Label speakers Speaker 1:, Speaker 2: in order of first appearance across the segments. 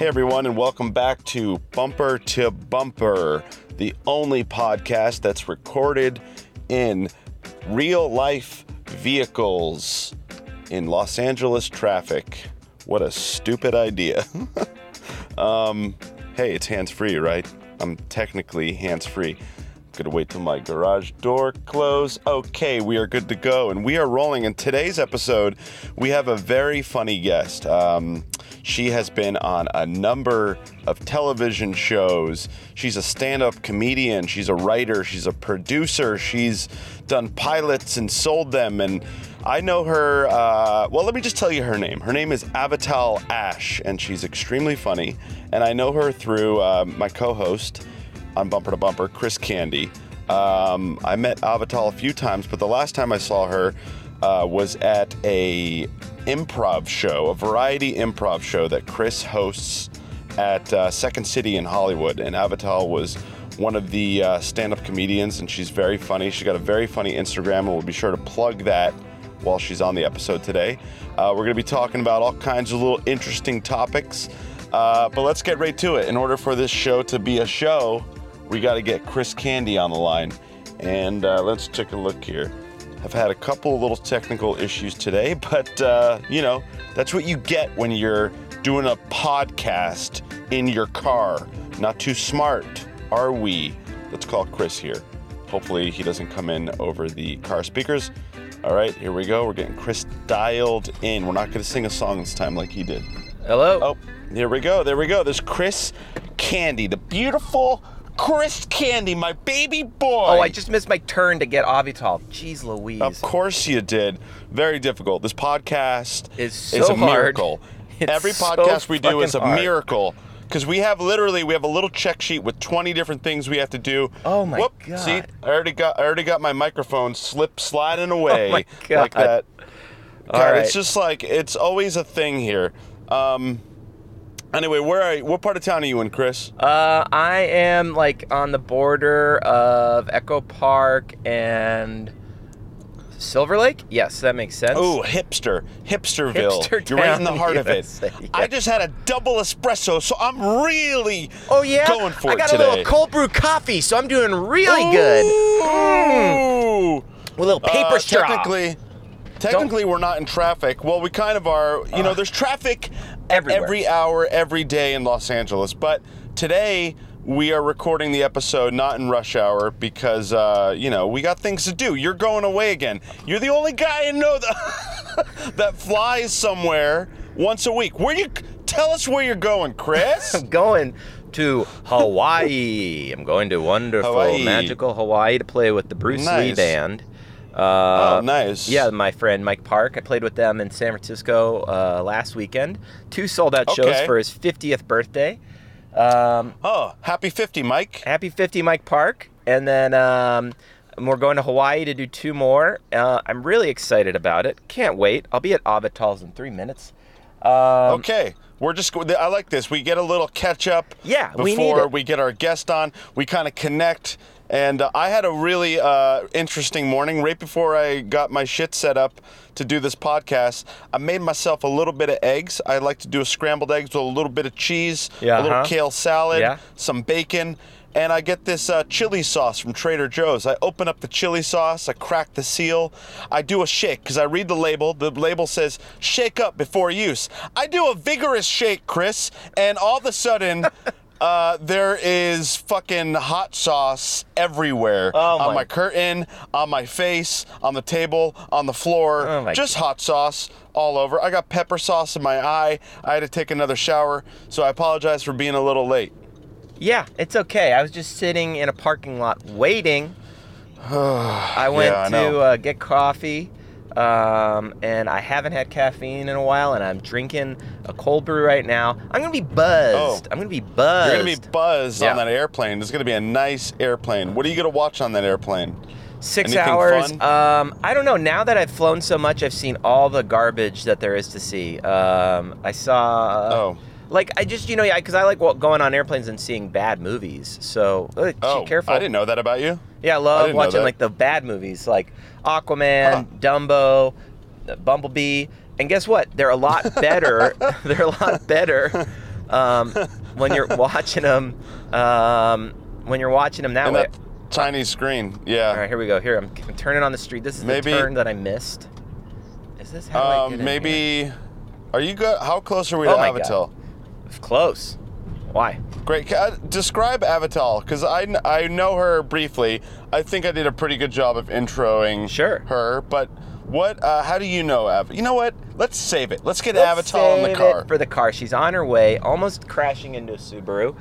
Speaker 1: everyone, and welcome back to Bumper to Bumper, the only podcast that's recorded in real life vehicles in Los Angeles traffic. What a stupid idea. um, hey, it's hands free, right? I'm technically hands free. Gonna wait till my garage door close. Okay, we are good to go, and we are rolling. In today's episode, we have a very funny guest. Um, she has been on a number of television shows. She's a stand-up comedian. She's a writer. She's a producer. She's done pilots and sold them. And I know her. Uh, well, let me just tell you her name. Her name is Avital Ash, and she's extremely funny. And I know her through uh, my co-host on Bumper to Bumper, Chris Candy. Um, I met Avital a few times, but the last time I saw her uh, was at a improv show, a variety improv show that Chris hosts at uh, Second City in Hollywood, and Avital was one of the uh, stand-up comedians, and she's very funny. She's got a very funny Instagram, and we'll be sure to plug that while she's on the episode today. Uh, we're going to be talking about all kinds of little interesting topics, uh, but let's get right to it. In order for this show to be a show, we got to get Chris Candy on the line. And uh, let's take a look here. I've had a couple little technical issues today, but uh, you know, that's what you get when you're doing a podcast in your car. Not too smart, are we? Let's call Chris here. Hopefully, he doesn't come in over the car speakers. All right, here we go. We're getting Chris dialed in. We're not going to sing a song this time like he did.
Speaker 2: Hello.
Speaker 1: Oh, here we go. There we go. There's Chris Candy, the beautiful Chris Candy, my baby boy.
Speaker 2: Oh, I just missed my turn to get Avital. Jeez Louise.
Speaker 1: Of course you did. Very difficult. This podcast
Speaker 2: It's
Speaker 1: is
Speaker 2: so
Speaker 1: a
Speaker 2: hard.
Speaker 1: miracle.
Speaker 2: It's
Speaker 1: Every
Speaker 2: so
Speaker 1: podcast we do is a
Speaker 2: fucking hard.
Speaker 1: miracle because we have literally we have a little check sheet with 20 different things we have to do.
Speaker 2: Oh my
Speaker 1: Whoop,
Speaker 2: God.
Speaker 1: See, I already got I already got my microphone slip sliding away
Speaker 2: Oh my
Speaker 1: like
Speaker 2: God.
Speaker 1: that. God,
Speaker 2: right.
Speaker 1: it's just like it's always a thing here. Um anyway, where are you, what part of town are you in, Chris?
Speaker 2: Uh, I am like on the border of Echo Park and Silver Lake. Yes, that makes sense.
Speaker 1: Oh, hipster, hipsterville.
Speaker 2: Hipster
Speaker 1: You're right in the
Speaker 2: town,
Speaker 1: heart of it.
Speaker 2: USA,
Speaker 1: I
Speaker 2: yeah.
Speaker 1: just had a double espresso, so I'm really
Speaker 2: Oh yeah.
Speaker 1: going for
Speaker 2: I
Speaker 1: it
Speaker 2: got
Speaker 1: today.
Speaker 2: a little cold brew coffee, so I'm doing really good.
Speaker 1: Ooh.
Speaker 2: With a little paper
Speaker 1: Uh,
Speaker 2: straw.
Speaker 1: Technically, technically we're not in traffic. Well, we kind of are. You know,
Speaker 2: Ugh.
Speaker 1: there's traffic at
Speaker 2: Everywhere.
Speaker 1: every hour, every day in Los Angeles. But today we are recording the episode not in rush hour because uh, you know we got things to do. You're going away again. You're the only guy I know that that flies somewhere once a week. Where you? Tell us where you're going, Chris.
Speaker 2: I'm going to Hawaii. I'm going to wonderful,
Speaker 1: Hawaii.
Speaker 2: magical Hawaii to play with the Bruce Lee
Speaker 1: Nice.
Speaker 2: band.
Speaker 1: oh,
Speaker 2: Uh,
Speaker 1: nice.
Speaker 2: Yeah, my friend Mike Park. I played with them in San Francisco uh, last weekend. Two sold out
Speaker 1: Okay.
Speaker 2: shows for his 50th birthday. Um,
Speaker 1: Oh, happy 50, Mike.
Speaker 2: happy 50, Mike Park. And then um, we're going to Hawaii to do two more. Uh, I'm really excited about it. Can't wait. I'll be at Avital's in three minutes. Um,
Speaker 1: Okay, we're just. go- I like this. We get a little catch up.
Speaker 2: Yeah,
Speaker 1: before
Speaker 2: we need it.
Speaker 1: get our guest on, we kind of connect. And uh, I had a really uh, interesting morning right before I got my shit set up to do this podcast. I made myself a little bit of eggs. I like to do a scrambled eggs with a little bit of cheese, a
Speaker 2: Yeah,
Speaker 1: little
Speaker 2: uh-huh.
Speaker 1: kale salad,
Speaker 2: Yeah.
Speaker 1: some bacon. And I get this uh, chili sauce from Trader Joe's. I open up the chili sauce, I crack the seal, I do a shake because I read the label. The label says, shake up before use. I do a vigorous shake, Chris, and all of a sudden, uh, there is fucking hot sauce everywhere
Speaker 2: Oh
Speaker 1: on
Speaker 2: my-
Speaker 1: my curtain, on my face, on the table, on the floor.
Speaker 2: Oh my
Speaker 1: just hot sauce all over. I got pepper sauce in my eye. I had to take another shower, so I apologize for being a little late.
Speaker 2: Yeah, it's okay. I was just sitting in a parking lot waiting. I went
Speaker 1: I know.
Speaker 2: to uh, get coffee, um, and I haven't had caffeine in a while, and I'm drinking a cold brew right now. I'm gonna be buzzed.
Speaker 1: Oh.
Speaker 2: I'm gonna be buzzed.
Speaker 1: You're gonna be buzzed on
Speaker 2: Yeah.
Speaker 1: that airplane. It's gonna be a nice airplane. What are you gonna watch on that airplane?
Speaker 2: Six
Speaker 1: anything
Speaker 2: hours.
Speaker 1: fun?
Speaker 2: Um, I don't know. Now that I've flown so much, I've seen all the garbage that there is to see. Um, I saw.
Speaker 1: Oh.
Speaker 2: Like I just you know yeah because I like wa- going on airplanes and seeing bad movies. So uh,
Speaker 1: Oh,
Speaker 2: be careful.
Speaker 1: I didn't know that about you.
Speaker 2: Yeah, I
Speaker 1: I
Speaker 2: love
Speaker 1: didn't know
Speaker 2: watching
Speaker 1: that. Uh-huh.
Speaker 2: like the bad movies like Aquaman,
Speaker 1: Huh.
Speaker 2: Dumbo, Bumblebee. And guess what? They're a lot better. They're a lot better um, when you're watching them. Um, when you're watching them that
Speaker 1: And
Speaker 2: way.
Speaker 1: that tiny screen.
Speaker 2: All right,
Speaker 1: Yeah.
Speaker 2: here we go. Here I'm, I'm turning on the street. This is
Speaker 1: Maybe-
Speaker 2: the turn that I missed. Is this how I get
Speaker 1: Um,
Speaker 2: in here?
Speaker 1: maybe. Are you good? How close are we to
Speaker 2: Oh my God.
Speaker 1: Avatel?
Speaker 2: It's close. Why?
Speaker 1: Great. Ca- uh, Describe Avatal, because I, kn- I know her briefly. I think I did a pretty good job of introing
Speaker 2: Sure.
Speaker 1: her, but what? Uh, how do you know Avatar? You know what? Let's save it. Let's get
Speaker 2: Let's
Speaker 1: Avatar in
Speaker 2: save
Speaker 1: the car.
Speaker 2: It for the car. She's on her way, almost crashing into a Subaru.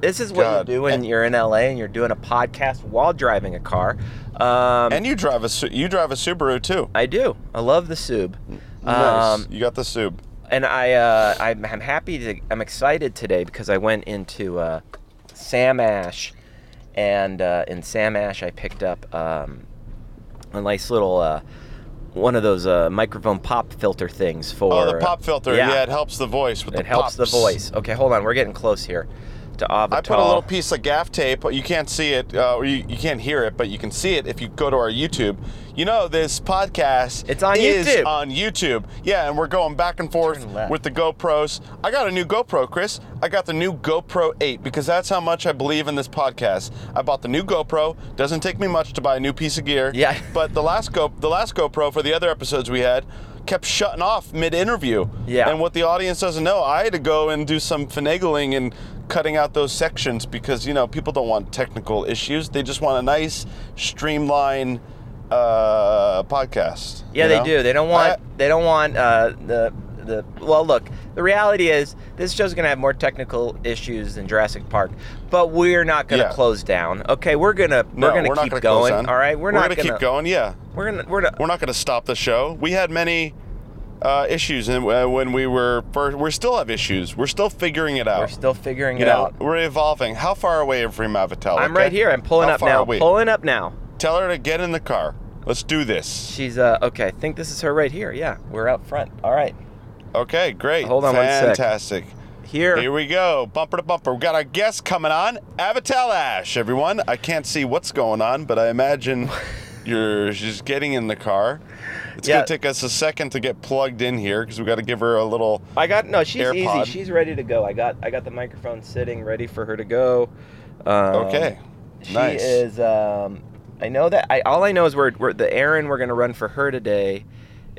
Speaker 2: This is what
Speaker 1: God.
Speaker 2: you do when
Speaker 1: And-
Speaker 2: you're in LA and you're doing a podcast while driving a car. Um,
Speaker 1: and you drive a Su- you drive a Subaru too.
Speaker 2: I do. I love the Sub.
Speaker 1: nice.
Speaker 2: Um,
Speaker 1: You got the Sub.
Speaker 2: and I, uh, I'm, I'm happy to, I'm excited today because I went into uh, Sam Ash, and uh, in Sam Ash I picked up um, a nice little uh, one of those uh, microphone pop filter things for uh,
Speaker 1: Oh, the pop filter. Yeah, it helps the voice with
Speaker 2: it
Speaker 1: the
Speaker 2: helps the
Speaker 1: pops.
Speaker 2: voice. Okay, hold on, we're getting close here to Avatar.
Speaker 1: I put a little piece of gaff tape. You can't see it, uh, or you, you can't hear it, but you can see it if you go to our YouTube. You know, this podcast
Speaker 2: It's on
Speaker 1: is
Speaker 2: YouTube.
Speaker 1: on YouTube. Yeah, and we're going back and forth
Speaker 2: Turn left.
Speaker 1: with the GoPros. I got a new GoPro, Chris. I got the new GoPro 8 because that's how much I believe in this podcast. I bought the new GoPro. Doesn't take me much to buy a new piece of gear.
Speaker 2: Yeah.
Speaker 1: But the last Go, the last GoPro for the other episodes we had kept shutting off mid-interview.
Speaker 2: Yeah.
Speaker 1: And what the audience doesn't know, I had to go and do some finagling and cutting out those sections because you know people don't want technical issues; they just want a nice, streamline uh, podcast.
Speaker 2: Yeah,
Speaker 1: you
Speaker 2: they
Speaker 1: know?
Speaker 2: do. They don't want. they don't want uh, the the. Well, look. The reality is, this show's gonna have more technical issues than Jurassic Park, but we're not gonna
Speaker 1: Yeah.
Speaker 2: close down. Okay, we're gonna
Speaker 1: No,
Speaker 2: we're gonna
Speaker 1: we're not
Speaker 2: keep
Speaker 1: gonna close
Speaker 2: going.
Speaker 1: down.
Speaker 2: All right, we're, not
Speaker 1: gonna, keep going. Yeah,
Speaker 2: We're gonna we're gonna.
Speaker 1: we're not gonna stop the show. We had many. Uh, issues and uh, when we were first, we still have issues. We're still figuring it out.
Speaker 2: We're still figuring
Speaker 1: you
Speaker 2: it
Speaker 1: know,
Speaker 2: out.
Speaker 1: we're evolving. How far away are we from Avatel?
Speaker 2: I'm
Speaker 1: okay?
Speaker 2: right here. I'm pulling
Speaker 1: How
Speaker 2: up
Speaker 1: far
Speaker 2: now.
Speaker 1: Are we?
Speaker 2: Pulling up now.
Speaker 1: Tell her to get in the car. Let's do this.
Speaker 2: She's uh okay. I think this is her right here. Yeah, we're out front. All right,
Speaker 1: Okay, great.
Speaker 2: Hold on one sec.
Speaker 1: Fantastic.
Speaker 2: here.
Speaker 1: Here we go, bumper to bumper. We got our guest coming on, Avatel Ash. Everyone, I can't see what's going on, but I imagine you're she's getting in the car. It's
Speaker 2: Yeah.
Speaker 1: gonna take us a second to get plugged in here because we got to give her a little.
Speaker 2: I got no. She's
Speaker 1: AirPod.
Speaker 2: easy. She's ready to go. I got I got the microphone sitting ready for her to go. Um,
Speaker 1: Okay,
Speaker 2: She
Speaker 1: nice.
Speaker 2: is. Um, I know that. I all I know is we're, we're the errand we're gonna run for her today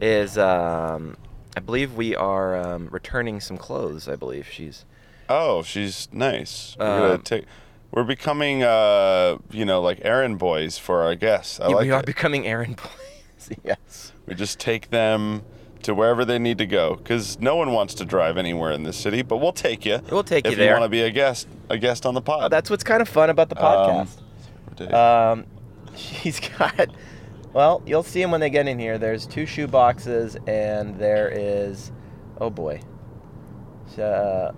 Speaker 2: is. Um, I believe we are um, returning some clothes. I believe she's.
Speaker 1: Oh, she's nice. We're
Speaker 2: Um,
Speaker 1: gonna take. We're becoming, uh, you know, like errand boys for our guests. I like
Speaker 2: we are
Speaker 1: it.
Speaker 2: becoming errand boys. yes.
Speaker 1: We just take them to wherever they need to go because no one wants to drive anywhere in this city, but we'll take you.
Speaker 2: We'll take
Speaker 1: if
Speaker 2: you there.
Speaker 1: want to be a guest, a guest on the pod.
Speaker 2: That's what's kind of fun about the podcast. Um, she's got. Well, you'll see them when they get in here. There's two shoe boxes, and there is, oh boy. Uh,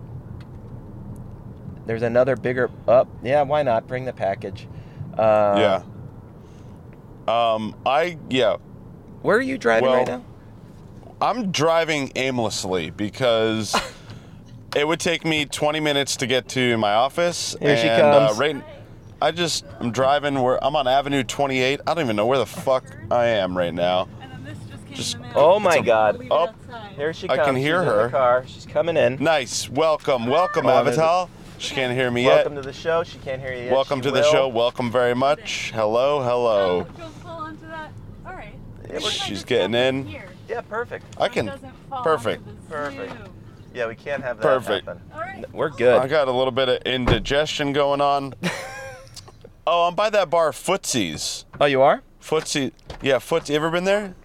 Speaker 2: there's another bigger. Up, yeah. Why not bring the package? Uh,
Speaker 1: yeah. Um, I yeah,
Speaker 2: Where are you driving right
Speaker 1: Well-
Speaker 2: now?
Speaker 1: I'm driving aimlessly because it would take me 20 minutes to get to my office.
Speaker 2: Here
Speaker 1: and,
Speaker 2: she comes.
Speaker 1: Uh, right, I just I'm driving where I'm on Avenue 28. I don't even know where the fuck I am right now.
Speaker 3: And then this just came
Speaker 1: Just-
Speaker 3: in the mail.
Speaker 2: Oh my God.
Speaker 3: Leave it
Speaker 1: Oh.
Speaker 3: outside.
Speaker 2: Here she
Speaker 1: I
Speaker 2: comes.
Speaker 1: can hear
Speaker 2: She's In
Speaker 1: her.
Speaker 2: the car. She's coming in.
Speaker 1: Nice, welcome, welcome,
Speaker 2: Oh, there's a-
Speaker 1: Avatal. She can't hear me yet.
Speaker 2: Welcome to the show. She can't hear you. Yet.
Speaker 1: Welcome
Speaker 2: She
Speaker 1: to the
Speaker 2: will.
Speaker 1: show. Welcome very much. Hello,
Speaker 3: Oh,
Speaker 1: hello.
Speaker 3: don't fall onto that. All right.
Speaker 2: Yeah,
Speaker 3: Maybe
Speaker 2: we're-
Speaker 3: if I
Speaker 1: She's
Speaker 3: just
Speaker 1: getting
Speaker 3: dump it
Speaker 1: in.
Speaker 3: here,
Speaker 2: Yeah, perfect.
Speaker 1: I
Speaker 3: so it
Speaker 1: can.
Speaker 3: doesn't fall onto
Speaker 1: Perfect.
Speaker 3: the
Speaker 2: Perfect.
Speaker 3: zoo.
Speaker 2: Yeah, we can't have that
Speaker 1: Perfect.
Speaker 2: happen.
Speaker 3: All right. Oh,
Speaker 2: We're
Speaker 1: I
Speaker 2: good.
Speaker 1: got a little bit of indigestion going on. oh, I'm by that bar, Footsies.
Speaker 2: Oh, you are?
Speaker 1: Footsie. Yeah, Footsie. Ever been there?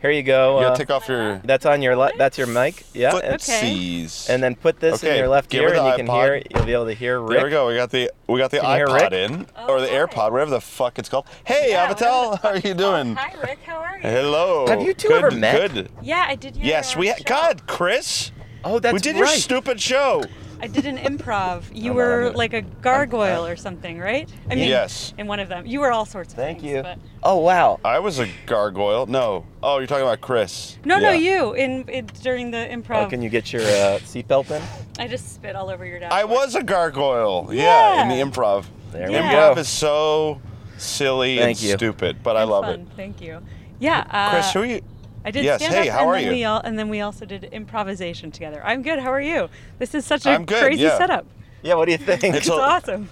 Speaker 2: Here you go.
Speaker 1: You
Speaker 2: uh,
Speaker 1: gotta take off your
Speaker 2: That's on your left. That's your mic. Yeah. and-
Speaker 1: footsies.
Speaker 2: And then put this in
Speaker 1: Okay,
Speaker 2: your left
Speaker 1: give her
Speaker 2: ear, and
Speaker 1: the
Speaker 2: you can
Speaker 1: iPod.
Speaker 2: hear. You'll be able to hear Rick.
Speaker 1: there we go. We got the we got the
Speaker 2: Can you hear
Speaker 1: iPod
Speaker 2: Rick?
Speaker 1: in or the
Speaker 3: Oh, hi.
Speaker 1: AirPod, whatever the fuck it's called. Hey,
Speaker 3: Yeah,
Speaker 1: Avatel,
Speaker 3: whatever the
Speaker 1: how are you doing?
Speaker 3: Hi, Rick. How are you?
Speaker 1: Hello.
Speaker 2: Have you two
Speaker 1: good,
Speaker 2: ever met?
Speaker 1: Good.
Speaker 3: Yeah, I did your
Speaker 1: Yes,
Speaker 3: uh,
Speaker 1: we. Ha-
Speaker 3: show.
Speaker 1: God, Chris,
Speaker 2: Oh, that's
Speaker 1: we did
Speaker 2: right.
Speaker 1: your stupid show.
Speaker 3: I did an improv. You
Speaker 2: I'm not
Speaker 3: were
Speaker 2: on it.
Speaker 3: like a gargoyle or something, right? I mean,
Speaker 1: Yes.
Speaker 3: in one of them. You were all sorts of
Speaker 2: Thank
Speaker 3: things.
Speaker 2: you.
Speaker 3: But...
Speaker 2: Oh wow.
Speaker 1: I was a gargoyle. No. Oh, you're talking about Chris.
Speaker 3: No, no,
Speaker 1: Yeah.
Speaker 3: you in, in during the improv.
Speaker 2: Oh, can you get your uh, seatbelt in?
Speaker 3: I just spit all over your desk.
Speaker 1: I was a gargoyle. Yeah, in
Speaker 3: Yeah.
Speaker 1: the improv.
Speaker 2: There
Speaker 3: we
Speaker 1: improv
Speaker 2: go.
Speaker 1: is so silly
Speaker 2: Thank
Speaker 1: and
Speaker 2: you.
Speaker 1: stupid, but I love
Speaker 3: fun.
Speaker 1: it.
Speaker 3: Thank you. Yeah. Uh,
Speaker 1: Chris, who are you?
Speaker 3: I did
Speaker 1: Yes,
Speaker 3: stand
Speaker 1: hey,
Speaker 3: up,
Speaker 1: how
Speaker 3: and
Speaker 1: are
Speaker 3: then
Speaker 1: you?
Speaker 3: we all, and then we also did improvisation together. I'm good. How are you? This is such a
Speaker 1: I'm good,
Speaker 3: crazy
Speaker 1: yeah.
Speaker 3: setup.
Speaker 2: Yeah, what do you think?
Speaker 1: It's
Speaker 3: It's
Speaker 1: a-
Speaker 3: awesome.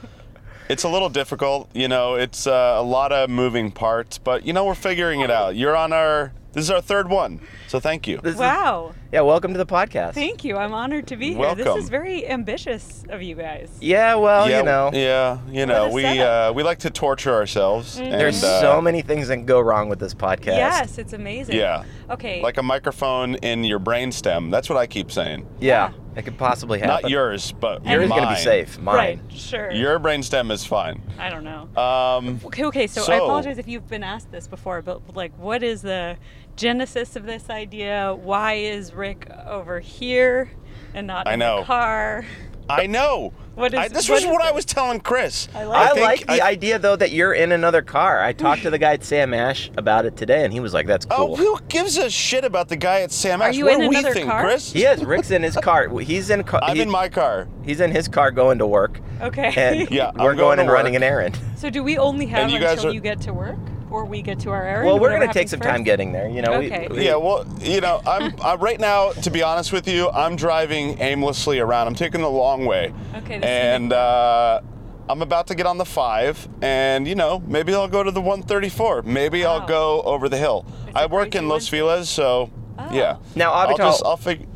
Speaker 1: It's a little difficult, you know. It's uh, a lot of moving parts, but you know we're figuring it out. You're on our. This is our third one, so thank you.
Speaker 2: This is-
Speaker 3: Wow.
Speaker 2: yeah, welcome to the podcast.
Speaker 3: Thank you. I'm honored to be here. This
Speaker 1: Welcome.
Speaker 3: is very ambitious of you guys.
Speaker 2: Yeah, well,
Speaker 1: yeah,
Speaker 2: oh, you know,
Speaker 1: Yeah, you know
Speaker 3: a
Speaker 1: we
Speaker 3: setup.
Speaker 1: uh, we like to torture ourselves.
Speaker 3: Mm-hmm.
Speaker 2: there's
Speaker 1: and, uh,
Speaker 2: so many things that can go wrong with this podcast.
Speaker 3: Yes, it's amazing.
Speaker 1: Yeah.
Speaker 3: Okay.
Speaker 1: Like a microphone in your brainstem. That's what I keep saying.
Speaker 2: Yeah, it could possibly happen.
Speaker 1: Not yours, but
Speaker 2: Yours is
Speaker 1: mine.
Speaker 2: gonna be safe. Mine.
Speaker 3: right. Sure.
Speaker 1: Your brainstem is fine.
Speaker 3: I don't know.
Speaker 1: Um,
Speaker 3: Okay, okay, so, I
Speaker 1: So-
Speaker 3: apologize if you've been asked this before, but like, what is the genesis of this idea? Why is Rick over here and not
Speaker 1: I
Speaker 3: in
Speaker 1: know.
Speaker 3: the car?
Speaker 1: I know.
Speaker 3: What
Speaker 1: I,
Speaker 3: is-
Speaker 1: this
Speaker 3: what
Speaker 1: was
Speaker 3: is
Speaker 1: what I
Speaker 3: it?
Speaker 1: was telling Chris.
Speaker 3: I
Speaker 2: I,
Speaker 3: like
Speaker 2: like the
Speaker 1: I-
Speaker 2: idea though that you're in another car. I talked to the guy at Sam Ash about it today, and he was like, "That's
Speaker 1: Oh,
Speaker 2: cool."
Speaker 1: who gives a shit about the guy at Sam
Speaker 3: Are
Speaker 1: Ash?
Speaker 3: you
Speaker 1: what
Speaker 3: in
Speaker 1: do we
Speaker 3: another
Speaker 1: think,
Speaker 3: car?
Speaker 1: Chris?
Speaker 2: He is. Rick's in his car. He's in. Car,
Speaker 1: I'm
Speaker 2: he-
Speaker 1: in my car.
Speaker 2: He's in his car going to work,
Speaker 3: Okay.
Speaker 2: and
Speaker 1: Yeah, I'm
Speaker 2: we're
Speaker 1: going
Speaker 2: going,
Speaker 1: to
Speaker 2: and running
Speaker 1: work.
Speaker 2: an errand.
Speaker 3: So do we only have
Speaker 1: you guys
Speaker 3: until
Speaker 1: are-
Speaker 3: you get to work, or we get to our errand?
Speaker 2: Well, we're
Speaker 3: going to
Speaker 2: take some time getting there. You know. we-
Speaker 3: Okay.
Speaker 2: we-
Speaker 1: Yeah, well, you know, I'm, i right now. To be honest with you, I'm driving aimlessly around. I'm taking the long way.
Speaker 3: Okay, this is
Speaker 1: And uh, I'm about to get on the five, and you know, maybe I'll go to the 134. Maybe I'll
Speaker 3: Wow.
Speaker 1: go over the hill.
Speaker 3: It's
Speaker 1: I
Speaker 3: a
Speaker 1: work
Speaker 3: crazy
Speaker 1: in Los
Speaker 3: one. Oh.
Speaker 1: Feliz, so yeah.
Speaker 2: Now,
Speaker 1: I'll
Speaker 2: Avital-
Speaker 1: just I'll fig-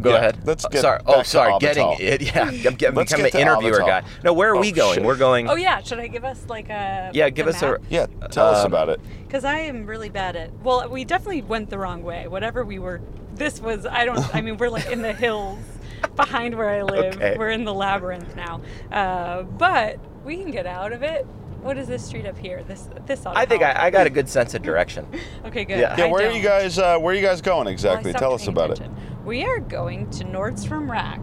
Speaker 2: Go
Speaker 1: yeah,
Speaker 2: ahead.
Speaker 1: Let's
Speaker 2: Uh,
Speaker 1: get
Speaker 2: sorry.
Speaker 1: back
Speaker 2: Oh,
Speaker 1: to
Speaker 2: sorry.
Speaker 1: Avital.
Speaker 2: Getting it. Yeah. I'm get- I'm
Speaker 1: Let's
Speaker 2: becoming
Speaker 1: get
Speaker 2: the
Speaker 1: to
Speaker 2: interviewer
Speaker 1: Avital.
Speaker 2: guy. No, where are
Speaker 1: Oh,
Speaker 2: we going?
Speaker 1: shit.
Speaker 2: We're going.
Speaker 3: Oh yeah, should I give us like a
Speaker 2: Yeah, give us a-
Speaker 1: Yeah, tell us
Speaker 2: Um,
Speaker 1: about it.
Speaker 3: because I am really bad at. Well, we definitely went the wrong way. Whatever we were, this was. I don't. I mean, we're like in the hills behind where I live.
Speaker 2: Okay.
Speaker 3: We're in the labyrinth now, uh, but we can get out of it. What is this street up here? This this. ought to
Speaker 2: I think
Speaker 3: help.
Speaker 2: I, I got a good sense of direction.
Speaker 3: Okay, good.
Speaker 2: Yeah.
Speaker 1: Yeah,
Speaker 3: I
Speaker 1: where are
Speaker 3: don't.
Speaker 1: you guys? Uh, where are you guys going
Speaker 3: Well, I
Speaker 1: exactly?
Speaker 3: stopped
Speaker 1: Tell us
Speaker 3: paying
Speaker 1: about it.
Speaker 3: attention. We are going to Nordstrom Rack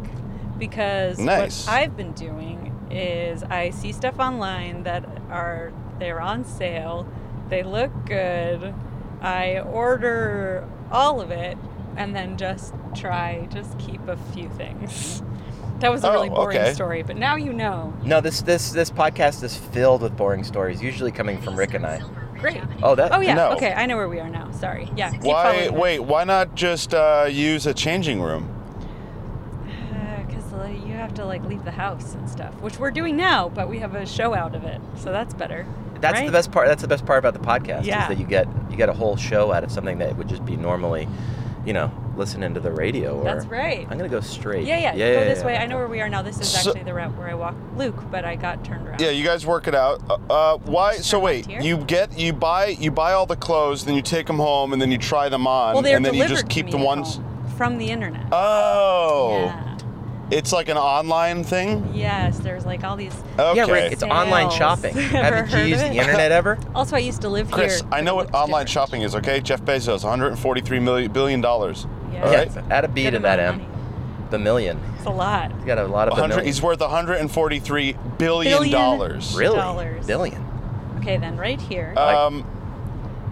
Speaker 3: because
Speaker 1: Nice.
Speaker 3: what I've been doing is I see stuff online that are they're on sale, they look good. I order all of it and then just try just keep a few things. That was a
Speaker 1: Oh,
Speaker 3: really boring
Speaker 1: okay.
Speaker 3: story, but now you know.
Speaker 2: No, this this this podcast is filled with boring stories, usually coming from Rick and I.
Speaker 3: Great.
Speaker 2: Oh, that.
Speaker 3: Oh yeah.
Speaker 1: Uh, No.
Speaker 3: Okay, I know where we are now. Sorry. Yeah. Keep
Speaker 1: Why?
Speaker 3: following me.
Speaker 1: Wait. Why not just uh, use a changing room?
Speaker 3: because Uh, you have to like leave the house and stuff, which we're doing now, but we have a show out of it, so that's better.
Speaker 2: That's
Speaker 3: right?
Speaker 2: the best part. That's the best part about the podcast is
Speaker 3: Yeah.
Speaker 2: that you get you get a whole show out of something that would just be normally, you know, listening to the radio. Or
Speaker 3: That's right.
Speaker 2: I'm gonna go straight.
Speaker 3: Yeah, yeah.
Speaker 2: yeah
Speaker 3: Go
Speaker 2: yeah,
Speaker 3: this
Speaker 2: yeah.
Speaker 3: way. I know where we are now. This is
Speaker 1: So-
Speaker 3: actually the route where I walked Luke, but I got turned around.
Speaker 1: Yeah, you guys work it out. Uh, Uh, why? So
Speaker 3: Start
Speaker 1: wait.
Speaker 3: here?
Speaker 1: You get you buy you buy all the clothes, then you take them home, and then you try them on,
Speaker 3: well, they're
Speaker 1: and then you
Speaker 3: delivered
Speaker 1: just
Speaker 3: to
Speaker 1: keep
Speaker 3: me
Speaker 1: the
Speaker 3: at
Speaker 1: ones.
Speaker 3: home from the internet.
Speaker 1: Oh,
Speaker 3: Yeah.
Speaker 1: it's like an online thing.
Speaker 3: Yes, there's like all these.
Speaker 1: Okay.
Speaker 2: Yeah, Rick, it's online
Speaker 3: Sales.
Speaker 2: shopping.
Speaker 3: Ever
Speaker 2: Haven't you
Speaker 3: heard of
Speaker 2: used
Speaker 3: it?
Speaker 2: the internet ever?
Speaker 3: Also, I used to live
Speaker 1: Chris,
Speaker 3: here. but
Speaker 1: I
Speaker 3: it
Speaker 1: know what
Speaker 3: looked
Speaker 1: online
Speaker 3: different.
Speaker 1: shopping is. Okay, Jeff Bezos, 143 million billion dollars.
Speaker 3: Yeah.
Speaker 1: All right.
Speaker 2: Yeah, add a B
Speaker 3: Good
Speaker 2: to that M.
Speaker 3: amount of money.
Speaker 2: The million.
Speaker 3: It's a lot.
Speaker 2: You got a lot of
Speaker 1: 100
Speaker 2: million.
Speaker 1: he's worth 143 billion
Speaker 3: Billion.
Speaker 1: dollars.
Speaker 2: Really?
Speaker 3: dollars.
Speaker 2: Billion.
Speaker 3: Okay, then right here.
Speaker 1: Um,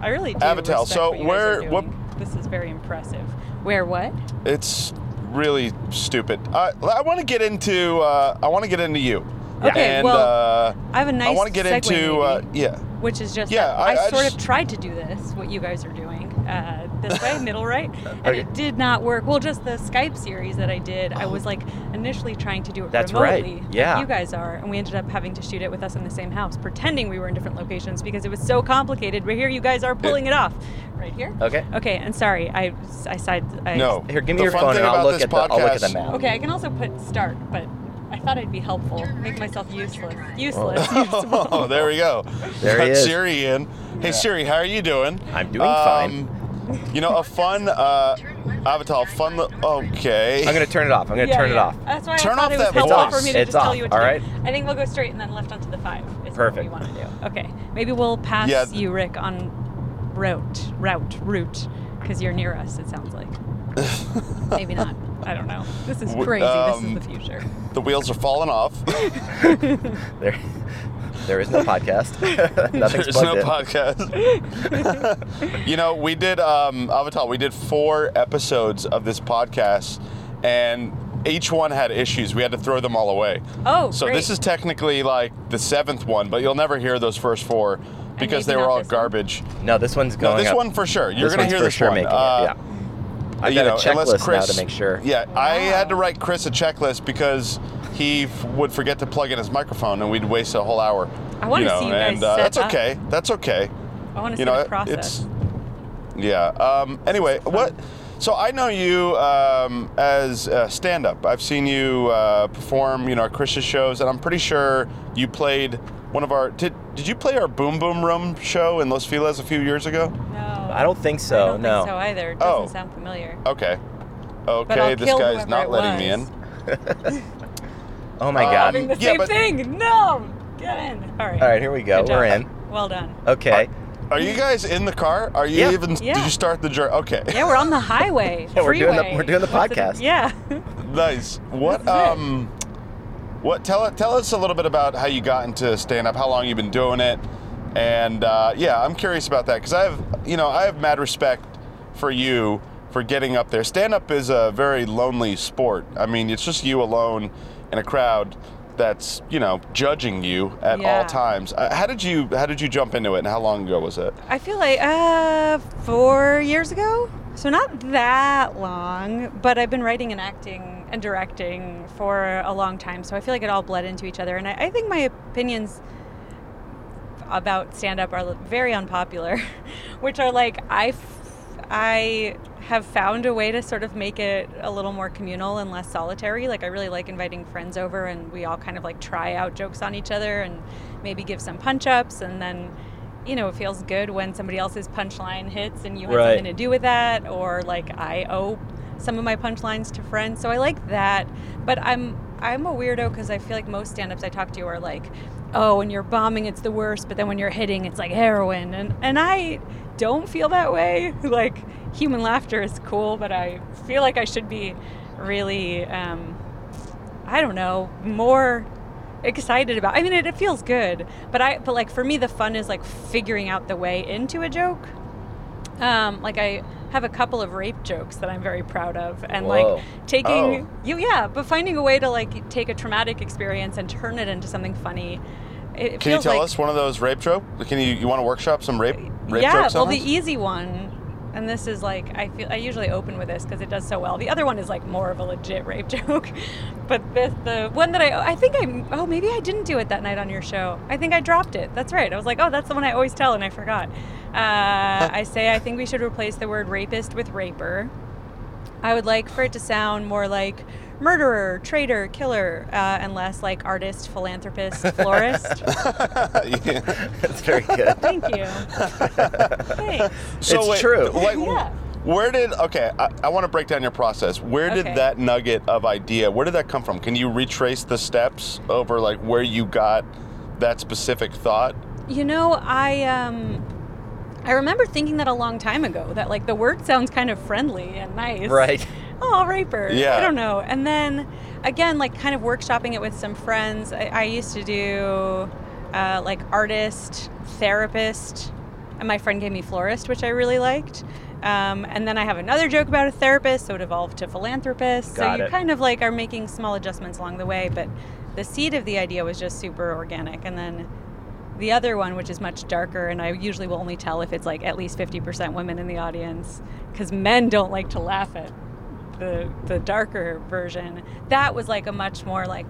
Speaker 3: I really do.
Speaker 1: Avital,
Speaker 3: respect
Speaker 1: so
Speaker 3: what you guys are
Speaker 1: where- what-
Speaker 3: doing. This is very impressive. Where what?
Speaker 1: It's really stupid. I, I want to get into. Uh, I want to get into you.
Speaker 3: Okay,
Speaker 1: And,
Speaker 3: well,
Speaker 1: uh,
Speaker 3: I have a nice.
Speaker 1: I want to get
Speaker 3: segue
Speaker 1: into. Uh,
Speaker 3: maybe,
Speaker 1: yeah.
Speaker 3: which is just.
Speaker 1: yeah,
Speaker 3: that
Speaker 1: I-
Speaker 3: I,
Speaker 1: I
Speaker 3: sort
Speaker 1: just-
Speaker 3: of tried to do this. What you guys are doing uh, this way, middle right, and
Speaker 2: Okay.
Speaker 3: it did not work. Well, just the Skype series that I did, I
Speaker 1: Oh.
Speaker 3: was like initially trying to do it
Speaker 2: That's right,
Speaker 3: remotely. like
Speaker 2: yeah.
Speaker 3: you guys are, and we ended up having to shoot it with us in the same house, pretending we were in different locations because it was so complicated. But here you guys are pulling it off, right here.
Speaker 2: Okay.
Speaker 3: Okay, and sorry, I I side. I,
Speaker 1: No.
Speaker 2: Here, give me
Speaker 1: The
Speaker 2: your
Speaker 1: fun
Speaker 2: phone
Speaker 1: thing
Speaker 2: and I'll
Speaker 1: about
Speaker 2: look
Speaker 1: this
Speaker 2: at the I'll look at the
Speaker 1: podcast-
Speaker 2: map.
Speaker 3: Okay, I can also put start, but I thought I'd be helpful, make myself useless, useless, useful.
Speaker 1: Oh, there we go.
Speaker 2: There
Speaker 1: Got
Speaker 2: he is.
Speaker 1: Siri in. Hey Siri, how are you doing?
Speaker 2: I'm doing
Speaker 1: fine.
Speaker 2: fine.
Speaker 1: You know, a fun uh, avatar, fun. Li- okay.
Speaker 2: I'm gonna turn it off. I'm gonna
Speaker 3: Yeah,
Speaker 2: turn it
Speaker 3: yeah.
Speaker 2: off.
Speaker 3: That's why
Speaker 1: Turn off
Speaker 3: I thought it was
Speaker 1: that
Speaker 3: helpful
Speaker 1: voice.
Speaker 3: for me to
Speaker 2: It's
Speaker 3: just
Speaker 2: off,
Speaker 3: tell you what to
Speaker 2: all
Speaker 3: do.
Speaker 2: right?
Speaker 3: I think we'll go straight and then left onto the five. Is
Speaker 2: Perfect.
Speaker 3: What we want to do. Okay. Maybe we'll pass
Speaker 1: Yeah.
Speaker 3: you, Rick, on route, route, route, because you're near us. It sounds like. Maybe not. I don't know. This is
Speaker 1: W-
Speaker 3: crazy.
Speaker 1: um,
Speaker 3: this is the future.
Speaker 1: The wheels are falling off.
Speaker 2: There, there is no podcast. Nothing's
Speaker 1: There's
Speaker 2: plugged
Speaker 1: no
Speaker 2: in.
Speaker 1: podcast. you know, we did um, Avatar. We did four episodes of this podcast, and each one had issues. We had to throw them all away.
Speaker 3: Oh,
Speaker 1: So
Speaker 3: great.
Speaker 1: this is technically like the seventh one, but you'll never hear those first four because
Speaker 3: maybe
Speaker 1: they were
Speaker 3: not
Speaker 1: all
Speaker 3: this one.
Speaker 1: garbage.
Speaker 2: No, this one's
Speaker 1: No,
Speaker 2: going.
Speaker 1: this
Speaker 2: up.
Speaker 1: one for sure. You're
Speaker 2: This
Speaker 1: gonna
Speaker 2: one's
Speaker 1: hear
Speaker 2: for
Speaker 1: this
Speaker 2: sure
Speaker 1: one. Uh,
Speaker 2: making it. Yeah. I got
Speaker 1: you know,
Speaker 2: a
Speaker 1: unless
Speaker 2: checklist now
Speaker 1: Chris-
Speaker 2: to make sure.
Speaker 1: Yeah, I had to
Speaker 3: Wow.
Speaker 1: write Chris a checklist because he f- would forget to plug in his microphone, and we'd waste a whole hour.
Speaker 3: I wanna see you guys
Speaker 1: and, uh,
Speaker 3: set
Speaker 1: That's
Speaker 3: up.
Speaker 1: okay. That's okay.
Speaker 3: I want to see
Speaker 1: You know,
Speaker 3: the process.
Speaker 1: it's yeah. Um, anyway, what? So I know you um, as a stand-up. I've seen you uh, perform, you know, at Chris's shows, and I'm pretty sure you played one of our. Did Did you play our Boom Boom Room show in Los Feliz a few years ago?
Speaker 3: no,
Speaker 2: I don't think so.
Speaker 3: I don't
Speaker 2: no.
Speaker 3: think so either. It
Speaker 1: Oh.
Speaker 3: doesn't sound familiar.
Speaker 1: Okay.
Speaker 3: But I'll
Speaker 1: Okay, this
Speaker 3: kill
Speaker 1: guy's
Speaker 3: whoever
Speaker 1: not
Speaker 3: it
Speaker 1: letting
Speaker 3: was.
Speaker 1: me in.
Speaker 2: Oh my
Speaker 1: Um,
Speaker 2: god.
Speaker 3: Doing the
Speaker 1: Yeah,
Speaker 3: same
Speaker 1: but-
Speaker 3: thing. No, get in. All right.
Speaker 2: All right, here we go.
Speaker 3: Good
Speaker 2: We're
Speaker 3: job.
Speaker 2: in.
Speaker 3: Well done.
Speaker 2: Okay.
Speaker 1: Are you guys in the car? Are you
Speaker 2: Yeah.
Speaker 1: even? Did
Speaker 3: Yeah.
Speaker 1: you start the journey? Okay.
Speaker 3: Yeah, we're on the highway.
Speaker 2: Yeah, we're doing the-
Speaker 3: freeway.
Speaker 2: we're doing the
Speaker 3: What's it-
Speaker 2: podcast.
Speaker 3: yeah.
Speaker 1: nice. What?
Speaker 3: This is it.
Speaker 1: Um, what? Tell tell us a little bit about how you got into stand up. How long you've been doing it? And uh, yeah, I'm curious about that because I have you know I have mad respect for you for getting up there. Stand up is a very lonely sport. I mean, it's just you alone in a crowd that's you know judging you at
Speaker 3: Yeah.
Speaker 1: all times. Uh, how did you how did you jump into it? And how long ago was it?
Speaker 3: I feel like uh, four years ago, so not that long, but I've been writing and acting and directing for a long time, so I feel like it all bled into each other. And I, I think my opinions about stand up are very unpopular, which are like I, f- I have found a way to sort of make it a little more communal and less solitary. Like I really like inviting friends over and we all kind of like try out jokes on each other and maybe give some punch ups and then you know, it feels good when somebody else's punchline hits and you had
Speaker 2: Right.
Speaker 3: something to do with that or like I owe some of my punchlines to friends. So I like that, but I'm I'm a weirdo cuz I feel like most stand-ups I talk to are like, "Oh, when you're bombing it's the worst, but then when you're hitting it's like heroin." And and I don't feel that way. Like human laughter is cool, but I feel like I should be really um I don't know, more excited about. I mean, it, it feels good, but I but like for me the fun is like figuring out the way into a joke. Um, like I have a couple of rape jokes that I'm very proud of, and
Speaker 2: Whoa.
Speaker 3: like taking
Speaker 1: Oh.
Speaker 3: you yeah, but finding a way to like take a traumatic experience and turn it into something funny. It, it
Speaker 1: Can you
Speaker 3: feels
Speaker 1: tell
Speaker 3: like,
Speaker 1: us one of those rape trope? Can you you want to workshop some rape rape
Speaker 3: yeah,
Speaker 1: tropes
Speaker 3: well,
Speaker 1: on
Speaker 3: the
Speaker 1: us?
Speaker 3: easy one. And this is like I feel I usually open with this because it does so well. The other one is like more of a legit rape joke, but this the one that I I think I oh maybe I didn't do it that night on your show. I think I dropped it. That's right. I was like oh that's the one I always tell and I forgot. Uh, I say I think we should replace the word rapist with raper. I would like for it to sound more like murderer, traitor, killer, uh, and less like artist, philanthropist, florist. e-
Speaker 1: Yeah.
Speaker 2: That's very good.
Speaker 3: Thank you. Thanks.
Speaker 1: So
Speaker 2: It's
Speaker 1: wait,
Speaker 2: true.
Speaker 1: Like,
Speaker 3: Yeah.
Speaker 1: Where did okay? I, I want to break down your process. Where did
Speaker 3: Okay.
Speaker 1: that nugget of idea? Where did that come from? Can you retrace the steps over like where you got that specific thought?
Speaker 3: You know, I um I remember thinking that a long time ago that like the word sounds kind of friendly and nice.
Speaker 2: Right.
Speaker 3: Oh, raper.
Speaker 1: Yeah.
Speaker 3: I don't know. And then again, like kind of workshopping it with some friends. I, I used to do uh, like artist, therapist, and my friend gave me florist, which I really liked. Um, and then I have another joke about a therapist, so it evolved to philanthropist.
Speaker 2: Got
Speaker 3: so you
Speaker 2: it.
Speaker 3: kind of like are making small adjustments along the way, but the seed of the idea was just super organic. And then the other one, which is much darker, and I usually will only tell if it's like at least 50% women in the audience, because men don't like to laugh at the, the darker version. That was like a much more like,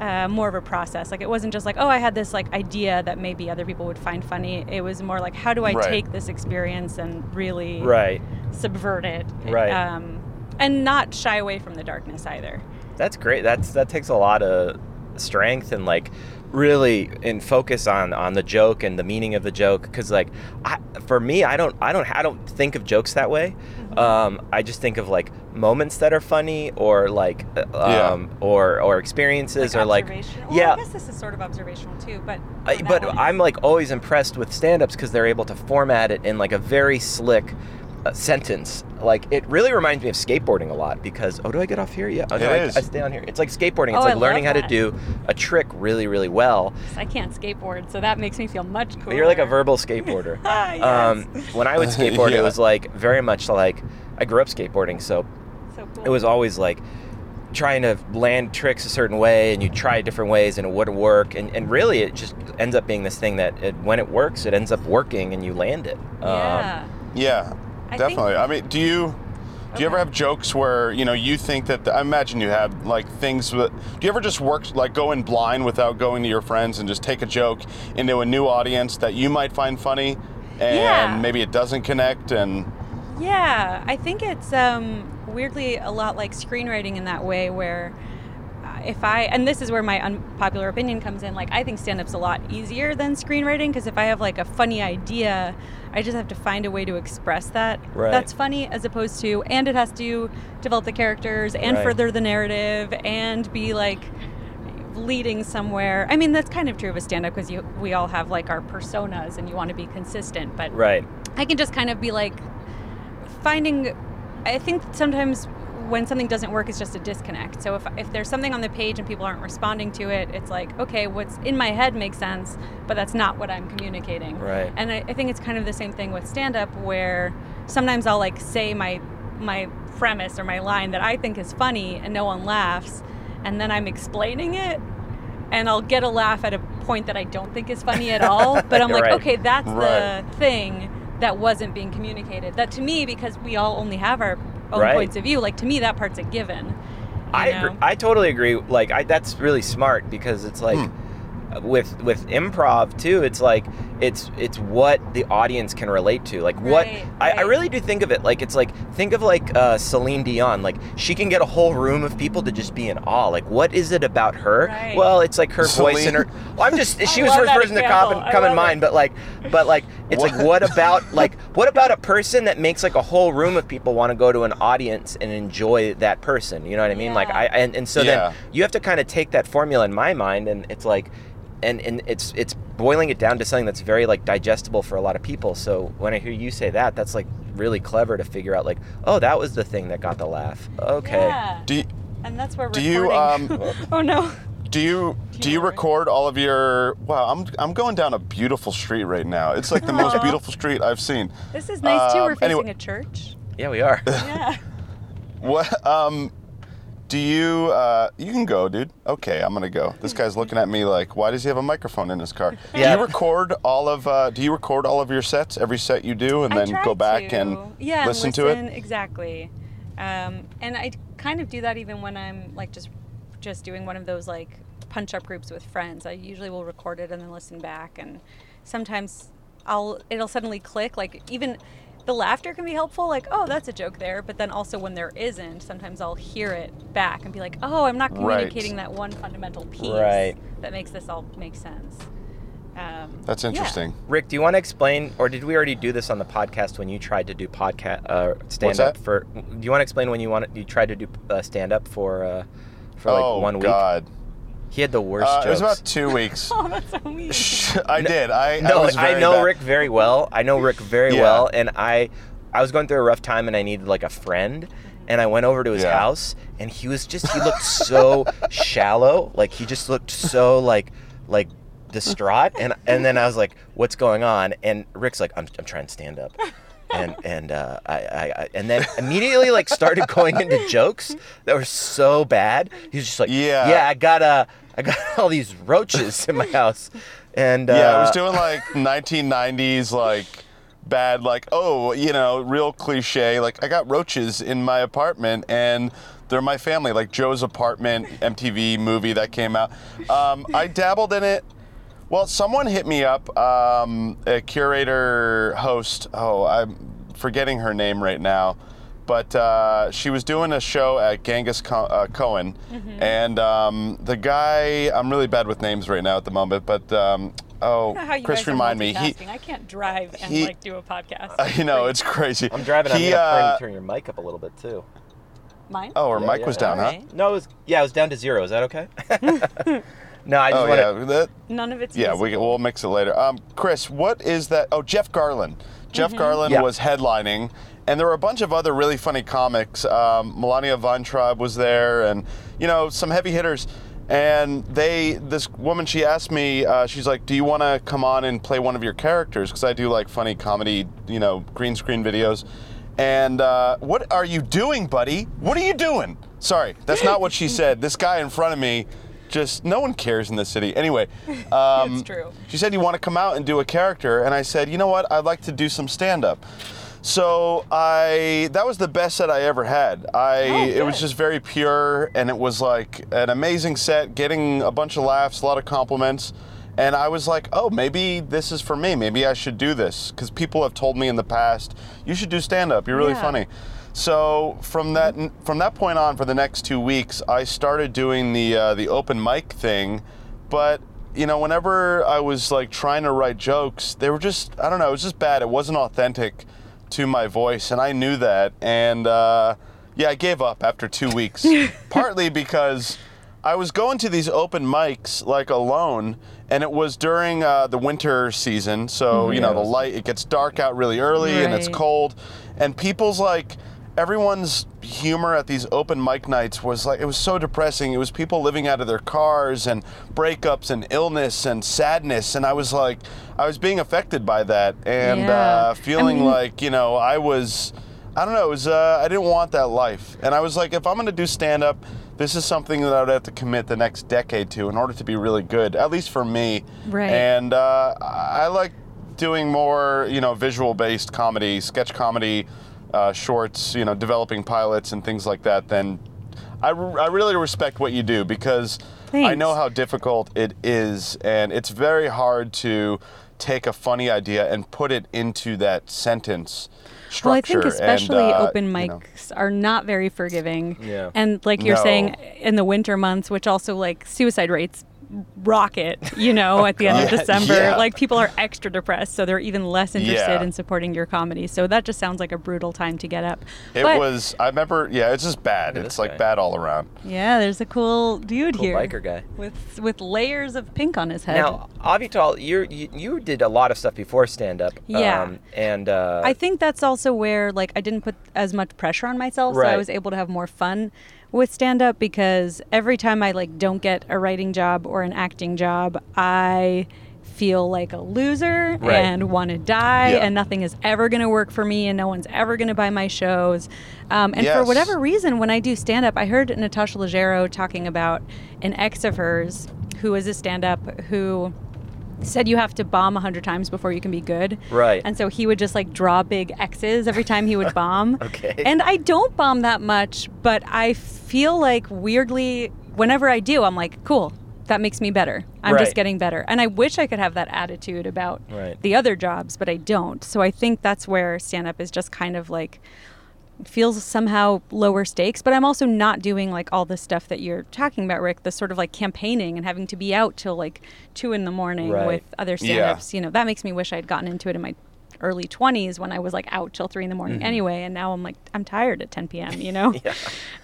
Speaker 3: uh, more of a process. Like it wasn't just like, oh, I had this like idea that maybe other people would find funny. It was more like, how do I
Speaker 1: Right.
Speaker 3: take this experience and really
Speaker 2: Right.
Speaker 3: subvert it?
Speaker 2: Right.
Speaker 3: Um, and not shy away from the darkness either.
Speaker 2: That's great. That's that takes a lot of strength and like really and focus on on the joke and the meaning of the joke because like I, for me I don't I don't I don't think of jokes that way.
Speaker 3: Mm-hmm.
Speaker 2: Um, I just think of like moments that are funny or like uh,
Speaker 1: Yeah.
Speaker 2: um, or or experiences or like
Speaker 3: observation- well,
Speaker 2: yeah.
Speaker 3: I guess this is sort of observational too, but
Speaker 2: I,
Speaker 3: on that
Speaker 2: but
Speaker 3: one-
Speaker 2: I'm like always impressed with stand-ups because they're able to format it in like a very slick uh, sentence. Like it really reminds me of skateboarding a lot because oh, do I get off here? Yeah, oh, no,
Speaker 1: It
Speaker 2: I,
Speaker 1: is.
Speaker 2: I stay on here. It's like skateboarding.
Speaker 3: Oh,
Speaker 2: It's
Speaker 3: I
Speaker 2: like
Speaker 3: love
Speaker 2: learning how to
Speaker 3: that.
Speaker 2: do a trick really, really well.
Speaker 3: I can't skateboard, so that makes me feel much cooler.
Speaker 2: But you're like a verbal skateboarder.
Speaker 3: Ah, yes.
Speaker 2: um, when I would skateboard,
Speaker 1: Yeah.
Speaker 2: it was like very much like I grew up skateboarding, so
Speaker 3: so cool.
Speaker 2: it was always like trying to land tricks a certain way and you try different ways and it wouldn't work and, and really it just ends up being this thing that it, when it works it ends up working and you land it
Speaker 3: yeah.
Speaker 1: Yeah,
Speaker 3: I think-
Speaker 1: definitely. I mean, do you do you ever
Speaker 3: Okay.
Speaker 1: have jokes where you know you think that the, I imagine you have like things that do you ever just work like go in blind without going to your friends and just take a joke into a new audience that you might find funny and
Speaker 3: Yeah.
Speaker 1: maybe it doesn't connect and
Speaker 3: Yeah, I think it's um, weirdly a lot like screenwriting in that way, where uh, if I, and this is where my unpopular opinion comes in, like I think stand up's a lot easier than screenwriting because if I have like a funny idea, I just have to find a way to express that.
Speaker 2: Right.
Speaker 3: That's funny as opposed to, and it has to develop the characters and
Speaker 2: Right.
Speaker 3: further the narrative and be like, leading somewhere. I mean, that's kind of true of a stand up because you we all have like our personas and you want to be consistent, but
Speaker 2: Um, right
Speaker 3: I can just kind of be like finding. I think sometimes when something doesn't work, it's just a disconnect. So if, if there's something on the page and people aren't responding to it, it's like, okay, what's in my head makes sense, but that's not what I'm communicating.
Speaker 2: right
Speaker 3: And I, I think it's kind of the same thing with stand up where sometimes I'll like say my my premise or my line that I think is funny and no one laughs and then I'm explaining it and I'll get a laugh at a point that I don't think is funny at all. But I'm like,
Speaker 2: Right.
Speaker 3: okay, that's
Speaker 1: Right.
Speaker 3: the thing that wasn't being communicated. That to me, because we all only have our own
Speaker 2: Right.
Speaker 3: points of view, like to me that part's a given. you
Speaker 2: I
Speaker 3: know?
Speaker 2: agree, I totally agree. Like I, that's really smart because it's like with with improv too. It's like it's it's what the audience can relate to. Like what
Speaker 3: Right,
Speaker 2: I, I
Speaker 3: right.
Speaker 2: really do think of it like it's like think of like uh, Celine Dion. Like she can get a whole room of people to just be in awe. Like what is it about her?
Speaker 3: Right.
Speaker 2: Well, it's like her voice
Speaker 1: Celine?
Speaker 2: and her. Well, I'm just she
Speaker 3: I
Speaker 2: was
Speaker 3: love
Speaker 2: the first
Speaker 3: that
Speaker 2: person to
Speaker 3: example.
Speaker 2: come and
Speaker 3: I
Speaker 2: come in
Speaker 3: love
Speaker 2: mind, but like but like it's like what about like what about a person that makes like a whole room of people want to go to an audience and enjoy that person? You know what I mean? Like
Speaker 3: Yeah.
Speaker 2: I and, and so
Speaker 1: Yeah.
Speaker 2: then you have to kind of take that formula in my mind and it's like and, and it's it's boiling it down to something that's very like digestible for a lot of people so when i hear you say that that's like really clever to figure out like oh that was the thing that got the laugh okay
Speaker 3: Yeah.
Speaker 1: do you,
Speaker 3: and that's where
Speaker 1: do you, um,
Speaker 3: recording- oh no.
Speaker 1: do you do you
Speaker 3: Sure.
Speaker 1: record all of your wow I'm I'm going down a beautiful street right now it's like the most
Speaker 3: Aw.
Speaker 1: beautiful street I've seen
Speaker 3: This is nice too. We're
Speaker 1: Um,
Speaker 3: facing
Speaker 1: anyway-
Speaker 3: a church.
Speaker 2: yeah we are
Speaker 3: Yeah.
Speaker 1: What um do you uh you can go, dude. Okay, I'm gonna go. This guy's looking at me like, why does he have a microphone in his car?
Speaker 2: Yeah.
Speaker 1: Do you record all of uh do you record all of your sets, every set you do and
Speaker 3: I
Speaker 1: then
Speaker 3: try
Speaker 1: go back
Speaker 3: to.
Speaker 1: and
Speaker 3: yeah, and
Speaker 1: listen to
Speaker 3: listen
Speaker 1: it?
Speaker 3: Exactly. Um, and I kind of do that even when I'm like just just doing one of those like punch up groups with friends. I usually will record it and then listen back and sometimes I'll it'll suddenly click like even the laughter can be helpful like oh that's a joke there but then also when there isn't sometimes I'll hear it back and be like oh I'm not
Speaker 1: Right.
Speaker 3: communicating that one fundamental piece
Speaker 2: Right.
Speaker 3: that makes this all make sense. Um,
Speaker 1: That's
Speaker 3: yeah.
Speaker 1: interesting.
Speaker 2: rick do you want to explain or did we already do this on the podcast when you tried to do podcast uh, stand
Speaker 1: that?
Speaker 2: up for do you want to explain when you want you tried to do uh, stand up for uh, for like
Speaker 1: oh
Speaker 2: one week
Speaker 1: God.
Speaker 2: he had the worst
Speaker 1: Uh, it was
Speaker 2: jokes
Speaker 1: about two weeks.
Speaker 3: Oh, that's so mean.
Speaker 1: I did. I I,
Speaker 2: No,
Speaker 1: was
Speaker 2: I
Speaker 1: very
Speaker 2: know
Speaker 1: bad.
Speaker 2: Rick very well. I know Rick very
Speaker 1: Yeah.
Speaker 2: well, and I, I was going through a rough time, and I needed like a friend, and I went over to his
Speaker 1: Yeah.
Speaker 2: house, and he was just he looked so shallow, like he just looked so like like distraught, and and then I was like, what's going on? And Rick's like, I'm I'm trying to stand up. And and uh, I, I, I and then immediately like started going into jokes that were so bad. He was just like,
Speaker 1: Yeah.
Speaker 2: yeah, I got uh, I got all these roaches in my house, and uh,
Speaker 1: Yeah, I was doing like 1990s, like bad, like oh, you know, real cliche. Like I got roaches in my apartment, and they're my family. Like Joe's apartment, MTV movie that came out. Um, I dabbled in it. Well, someone hit me up, um, a curator host. Oh, I'm forgetting her name right now. But uh, she was doing a show at Genghis Co- uh, Cohen, and um, the guy, I'm really bad with names right now at the moment, but um, oh,
Speaker 3: I don't know how you
Speaker 1: Chris,
Speaker 3: guys are
Speaker 1: remind me. He,
Speaker 3: multitasking. I can't drive and
Speaker 1: he-
Speaker 3: like do a podcast.
Speaker 1: you know, it's crazy.
Speaker 2: I'm driving.
Speaker 1: He,
Speaker 2: I'm gonna
Speaker 1: uh,
Speaker 2: turn, turn your mic up a little bit too.
Speaker 3: Mine.
Speaker 1: oh, her mic was down, huh?
Speaker 3: Alright.
Speaker 2: No, it was yeah, it was down to zero. Is that okay? no, I just
Speaker 1: Oh
Speaker 2: want to.
Speaker 1: yeah, that,
Speaker 3: None of it's.
Speaker 1: yeah.
Speaker 3: music.
Speaker 1: We, we'll mix it later. Um, Chris, what is that? Oh, Jeff Garland. Jeff Garland
Speaker 2: Yeah.
Speaker 1: was headlining, and there were a bunch of other really funny comics. Um, Melania Von Traub was there, and you know some heavy hitters. And they, this woman, she asked me, uh, she's like, "Do you want to come on and play one of your characters? Because I do like funny comedy, you know, green screen videos." And uh, what are you doing, buddy? What are you doing? Sorry, that's not what she said. This guy in front of me, just no one cares in this city. Anyway, um,
Speaker 3: It's true.
Speaker 1: She said you want to come out and do a character, and I said, you know what? I'd like to do some stand up. So I that was the best set I ever had. I
Speaker 3: Oh,
Speaker 1: it was
Speaker 3: good.
Speaker 1: just very pure, and it was like an amazing set, getting a bunch of laughs, a lot of compliments. And I was like, oh, maybe this is for me. Maybe I should do this. Because people have told me in the past, you should do stand up. You're really
Speaker 3: Yeah.
Speaker 1: funny. So from that from that point on, for the next two weeks, I started doing the uh, the open mic thing. But you know, whenever I was like trying to write jokes, they were just I don't know, it was just bad. It wasn't authentic to my voice, and I knew that. And uh, yeah, I gave up after two weeks, partly because. I was going to these open mics like alone, and it was during uh, the winter season. So you know the light, it gets dark out really early, and it's
Speaker 3: Right.
Speaker 1: cold, and people's like everyone's humor at these open mic nights was like it was so depressing. It was people living out of their cars and breakups and illness and sadness, and I was like, I was being affected by that and
Speaker 3: Yeah.
Speaker 1: uh,
Speaker 3: I
Speaker 1: feeling
Speaker 3: mean-
Speaker 1: like you know I was. I don't know. It was uh, I didn't want that life, and I was like, if I'm gonna do stand up, this is something that I would have to commit the next decade to in order to be really good, at least for me.
Speaker 3: Right.
Speaker 1: And uh, I I like doing more, you know, visual based comedy, sketch comedy, uh, shorts, you know, developing pilots and things like that. Then I, re- I really respect what you do because I
Speaker 3: Thanks.
Speaker 1: know how difficult it is, and it's very hard to take a funny idea and put it into that sentence structure.
Speaker 3: Well, I think
Speaker 1: and,
Speaker 3: especially
Speaker 1: uh,
Speaker 3: open
Speaker 1: you
Speaker 3: mics
Speaker 1: know.
Speaker 3: are not very forgiving.
Speaker 2: Yeah.
Speaker 3: And like you're
Speaker 1: No.
Speaker 3: saying, in the winter months, which also like suicide rates rocket, you know, at the end of
Speaker 1: Oh, God.
Speaker 3: December,
Speaker 1: Yeah.
Speaker 3: like people are extra depressed, so they're even less interested
Speaker 1: Yeah.
Speaker 3: in supporting your comedy. So that just sounds like a brutal time to get up.
Speaker 1: It
Speaker 3: but,
Speaker 1: was. I remember. Yeah, it's just bad.
Speaker 2: at
Speaker 1: It's
Speaker 2: this
Speaker 1: like
Speaker 2: guy.
Speaker 1: bad all around.
Speaker 3: Yeah, there's a cool dude
Speaker 2: Cool
Speaker 3: here.
Speaker 2: biker guy.
Speaker 3: With with layers of pink on his head.
Speaker 2: Now, Avital, you're, you you did a lot of stuff before stand up.
Speaker 3: Yeah.
Speaker 2: and uh,
Speaker 3: I think that's also where like I didn't put as much pressure on myself, so
Speaker 2: Right.
Speaker 3: I was able to have more fun with stand up because every time I like don't get a writing job or an acting job, I feel like a loser
Speaker 2: Right.
Speaker 3: and want to die
Speaker 1: Yeah.
Speaker 3: and nothing is ever going to work for me and no one's ever going to buy my shows um, and for
Speaker 1: Yes.
Speaker 3: whatever reason when i do stand up i heard natasha leggero talking about an ex of hers who is a stand up who said you have to bomb 100 times before you can be good.
Speaker 2: Right.
Speaker 3: And so he would just like draw big X's every time he would bomb.
Speaker 2: Okay.
Speaker 3: And I don't bomb that much, but I feel like weirdly, whenever I do, I'm like, cool, that makes me better. I'm
Speaker 2: Right.
Speaker 3: just getting better. And I wish I could have that attitude about
Speaker 2: Right.
Speaker 3: the other jobs, but I don't. So I think that's where stand up is just kind of like, feels somehow lower stakes, but I'm also not doing like all the stuff that you're talking about, Rick, the sort of like campaigning and having to be out till like two in the morning
Speaker 2: Right.
Speaker 3: with other stand ups. You know, that makes me wish I'd gotten into it in my early 20s when I was like out till three in the morning
Speaker 1: Mm-hmm.
Speaker 3: anyway. And now I'm like, I'm tired at 10 p.m., you know?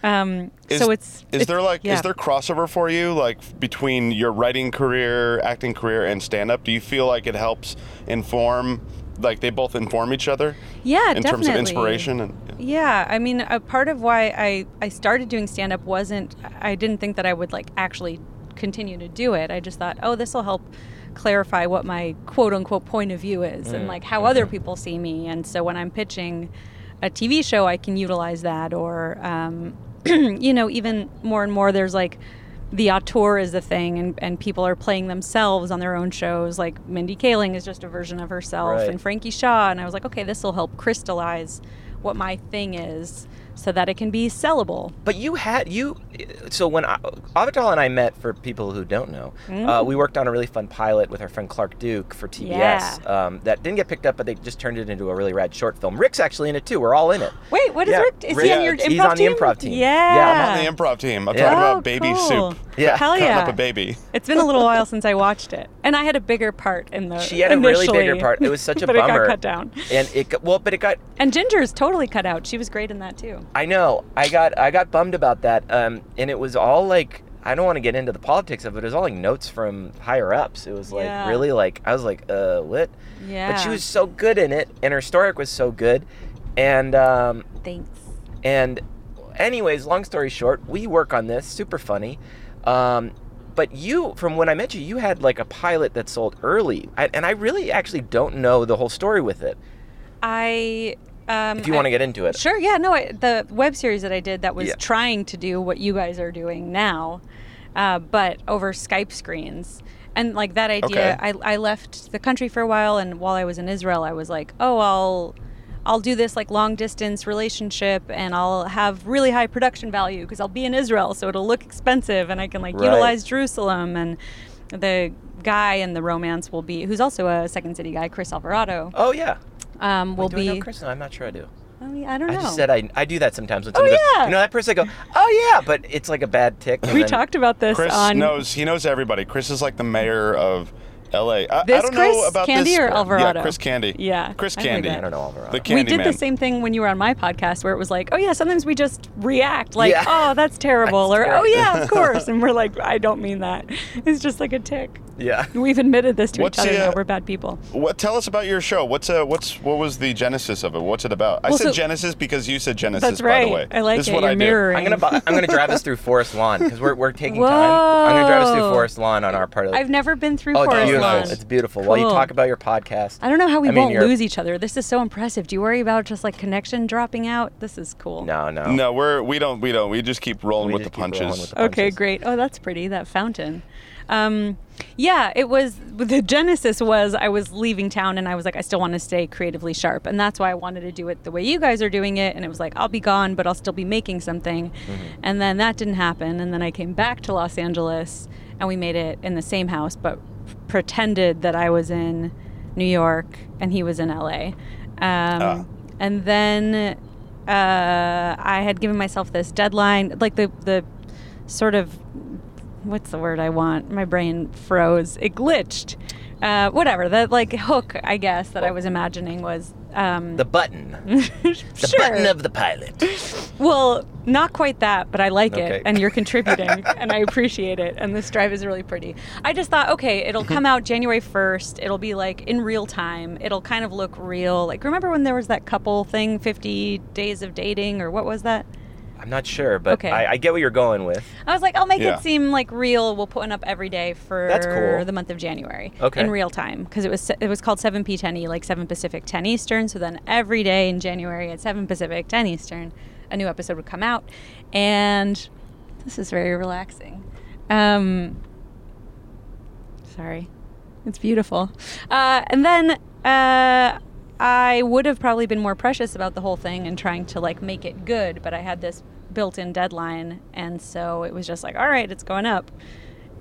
Speaker 3: um,
Speaker 1: Is,
Speaker 3: so it's.
Speaker 1: Is
Speaker 3: it's-
Speaker 1: there like?
Speaker 3: yeah.
Speaker 1: Is there crossover for you like between your writing career, acting career, and stand up? Do you feel like it helps inform? Like they both inform each other
Speaker 3: Yeah,
Speaker 1: in terms of
Speaker 3: definitely.
Speaker 1: inspiration and
Speaker 3: Yeah, I mean, a part of why I, I started doing stand up wasn't, I didn't think that I would like actually continue to do it. I just thought, oh, this will help clarify what my quote unquote point of view is and like how other people see me. And so when I'm pitching a TV show, I can utilize that. Or, um, you know, even more and more, there's like, the auteur is a thing, and, and people are playing themselves on their own shows. Like Mindy Kaling is just a version of herself,
Speaker 2: Right.
Speaker 3: and Frankie Shaw. And I was like, okay, this will help crystallize what my thing is so that it can be sellable.
Speaker 2: But you had you, so when I, Avital and I met, for people who don't know,
Speaker 3: Mm.
Speaker 2: uh, we worked on a really fun pilot with our friend Clark Duke for TBS um, that didn't get picked up, but they just turned it into a really rad short film. Rick's actually in it too. We're all in it.
Speaker 3: Wait, what is
Speaker 2: Yeah,
Speaker 3: Rick? Is
Speaker 2: Rick-
Speaker 3: he on your
Speaker 2: he's
Speaker 3: improv
Speaker 2: on the
Speaker 3: team?
Speaker 2: improv team.
Speaker 3: Yeah.
Speaker 2: Yeah, I'm
Speaker 1: on the improv team. I'm
Speaker 2: Yeah.
Speaker 1: talking
Speaker 3: Oh,
Speaker 1: about baby
Speaker 3: cool.
Speaker 1: soup,
Speaker 2: Yeah.
Speaker 3: Hell
Speaker 1: cutting
Speaker 3: yeah.
Speaker 1: up a baby.
Speaker 3: It's been a little while since I watched it, and I had a bigger part in the.
Speaker 2: She had a really bigger
Speaker 3: Uh, initially,
Speaker 2: part. It was such a
Speaker 3: but
Speaker 2: bummer.
Speaker 3: it got cut down.
Speaker 2: And it got- well, but it got
Speaker 3: And Ginger is totally cut out. She was great in that too.
Speaker 2: I know. I got I got bummed about that. Um, and it was all like I don't want to get into the politics of it. It was all like notes from higher ups. It was like
Speaker 3: Yeah.
Speaker 2: really like I was like, uh, what?
Speaker 3: Yeah.
Speaker 2: But she was so good in it, and her story arc was so good, and um,
Speaker 3: Thanks.
Speaker 2: and anyways, long story short, we work on this. Super funny. Um, but you, from when I met you, you had like a pilot that sold early, I, and I really actually don't know the whole story with it.
Speaker 3: I Um,
Speaker 2: If you want to
Speaker 3: I-
Speaker 2: get into it,
Speaker 3: Sure. Yeah. No. I, the web series that I did that was
Speaker 2: Yeah.
Speaker 3: trying to do what you guys are doing now, uh, but over Skype screens. And like that idea,
Speaker 1: Okay.
Speaker 3: I, I left the country for a while, and while I was in Israel, I was like, oh, I'll I'll do this like long distance relationship, and I'll have really high production value because I'll be in Israel, so it'll look expensive, and I can like
Speaker 2: Right.
Speaker 3: utilize Jerusalem and the guy in the romance will be who's also a second city guy chris alvarado
Speaker 2: Oh yeah.
Speaker 3: um, will
Speaker 2: do
Speaker 3: be
Speaker 2: I know Kristen? I'm not sure I do.
Speaker 3: Oh, yeah, i don't
Speaker 2: I
Speaker 3: know
Speaker 2: just said I, I do that sometimes when
Speaker 3: Oh,
Speaker 2: someone goes,
Speaker 3: yeah.
Speaker 2: you know that person I go, oh yeah, but it's like a bad tick. and
Speaker 3: we
Speaker 2: then-
Speaker 3: talked about this
Speaker 1: Chris
Speaker 3: on
Speaker 1: knows he knows everybody. Chris is like the mayor of L.A. I, I
Speaker 3: This
Speaker 1: don't know
Speaker 3: Chris
Speaker 1: about
Speaker 3: Candy
Speaker 1: this.
Speaker 3: or Alvarado?
Speaker 1: Yeah, Chris Candy.
Speaker 3: Yeah,
Speaker 1: Chris
Speaker 3: I heard
Speaker 1: Candy.
Speaker 3: that.
Speaker 2: I don't know Alvarado.
Speaker 1: The
Speaker 3: we
Speaker 1: Candy
Speaker 3: did
Speaker 1: man.
Speaker 3: the same thing when you were on my podcast where it was like oh yeah sometimes we just react like
Speaker 2: Yeah.
Speaker 3: oh that's terrible
Speaker 2: That's
Speaker 3: or
Speaker 2: terrible.
Speaker 3: oh yeah of course and we're like i don't mean that it's just like a tick
Speaker 2: yeah.
Speaker 3: we've admitted this to
Speaker 1: What's
Speaker 3: each other
Speaker 1: the, uh,
Speaker 3: now we're bad people
Speaker 2: Oh,
Speaker 1: What? Tell us about your show. What's uh, what's what was the genesis of it? What's it about? I
Speaker 3: Well,
Speaker 1: said
Speaker 3: so-
Speaker 1: Genesis because you said Genesis.
Speaker 3: that's
Speaker 1: By the way,
Speaker 3: right i like
Speaker 1: this
Speaker 3: it
Speaker 1: Is what
Speaker 3: you're
Speaker 1: I do.
Speaker 3: mirroring
Speaker 2: I'm gonna bu- I'm gonna drive us through Forest Lawn because we're, we're taking time. I'm gonna drive us through
Speaker 3: Whoa.
Speaker 2: Forest Lawn on our part of the.
Speaker 3: i've never been through
Speaker 2: oh, it's
Speaker 3: forest
Speaker 2: beautiful!
Speaker 3: lawn
Speaker 2: It's beautiful. While you
Speaker 3: Cool.
Speaker 2: talk about your podcast,
Speaker 3: i don't know how we
Speaker 2: I mean,
Speaker 3: won't
Speaker 2: you're-
Speaker 3: lose each other this is so impressive do you worry about just like connection dropping out this is cool
Speaker 2: no, no,
Speaker 1: No, we're we don't we don't we just keep rolling
Speaker 2: We
Speaker 1: with the
Speaker 2: just keep rolling
Speaker 1: punches.
Speaker 2: with the
Speaker 3: Okay,
Speaker 2: punches.
Speaker 3: great. Oh, that's pretty. That fountain. Um, yeah, it was the genesis was I was leaving town and I was like, I still want to stay creatively sharp, and that's why I wanted to do it the way you guys are doing it. And it was like, I'll be gone, but I'll still be making something. And then that didn't happen, and then I came back to Los Angeles, and we made it in the same house, but pretended that I was in New York and he was in LA. Um,
Speaker 1: Ah.
Speaker 3: And then uh, I had given myself this deadline, like the the sort of what's the word I want? My brain froze. It glitched. Uh, whatever the like hook, I guess that I was imagining was um,
Speaker 2: The button, the
Speaker 3: sure.
Speaker 2: button of the pilot.
Speaker 3: well, not quite that, but I like
Speaker 2: Okay.
Speaker 3: it, and you're contributing, and I appreciate it. And this drive is really pretty. I just thought, okay, it'll come out January 1st. It'll be like in real time. It'll kind of look real. Like remember when there was that couple thing, 50 days of dating, or what was that?
Speaker 2: I'm not sure, but
Speaker 3: Okay.
Speaker 2: I, I get what you're going with.
Speaker 3: I was like, I'll make
Speaker 1: Yeah.
Speaker 3: it seem like real. We'll put one up every day for
Speaker 2: That's cool.
Speaker 3: the month of January
Speaker 2: Okay.
Speaker 3: in real time because it was se- it was called 7 p 10 e like 7 Pacific 10 Eastern. So then every day in January at 7 Pacific 10 Eastern, a new episode would come out, and this is very relaxing. Um, sorry, it's beautiful. Uh, and then. Uh, I would have probably been more precious about the whole thing and trying to like make it good, but I had this built-in deadline, and so it was just like, all right, it's going up.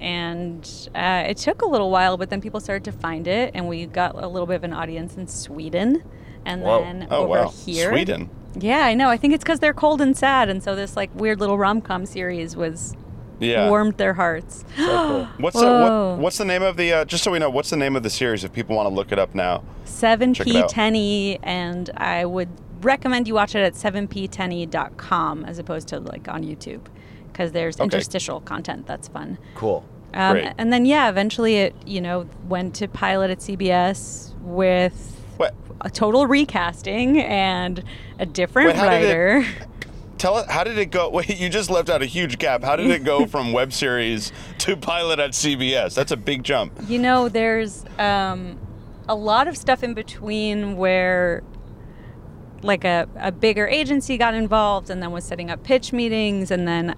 Speaker 3: And uh, it took a little while, but then people started to find it, and we got a little bit of an audience in Sweden, and
Speaker 2: Whoa.
Speaker 3: then
Speaker 1: Oh
Speaker 3: over
Speaker 1: wow,
Speaker 3: here.
Speaker 1: Sweden.
Speaker 3: Yeah, I know. I think it's because they're cold and sad, and so this like weird little rom-com series was
Speaker 1: Yeah.
Speaker 3: warmed their hearts.
Speaker 2: So cool.
Speaker 1: What's the,
Speaker 3: Whoa.
Speaker 1: what, what's the name of the uh, just so we know what's the name of the series if people want to look it up now?
Speaker 3: 7p
Speaker 1: Check it out.
Speaker 3: 10e E, and i would recommend you watch it at 7p 10e.com E as opposed to like on youtube because there's
Speaker 1: Okay.
Speaker 3: interstitial content that's fun
Speaker 2: Cool.
Speaker 3: um,
Speaker 1: Great.
Speaker 3: and then yeah eventually it you know went to pilot at cbs with
Speaker 1: What?
Speaker 3: a total recasting and a different
Speaker 1: Wait, how did it-
Speaker 3: writer
Speaker 1: Tell us how did it go? Wait, you just left out a huge gap. How did it go from web series to pilot at CBS? That's a big jump.
Speaker 3: You know, there's um, a lot of stuff in between where like a, a bigger agency got involved and then was setting up pitch meetings and then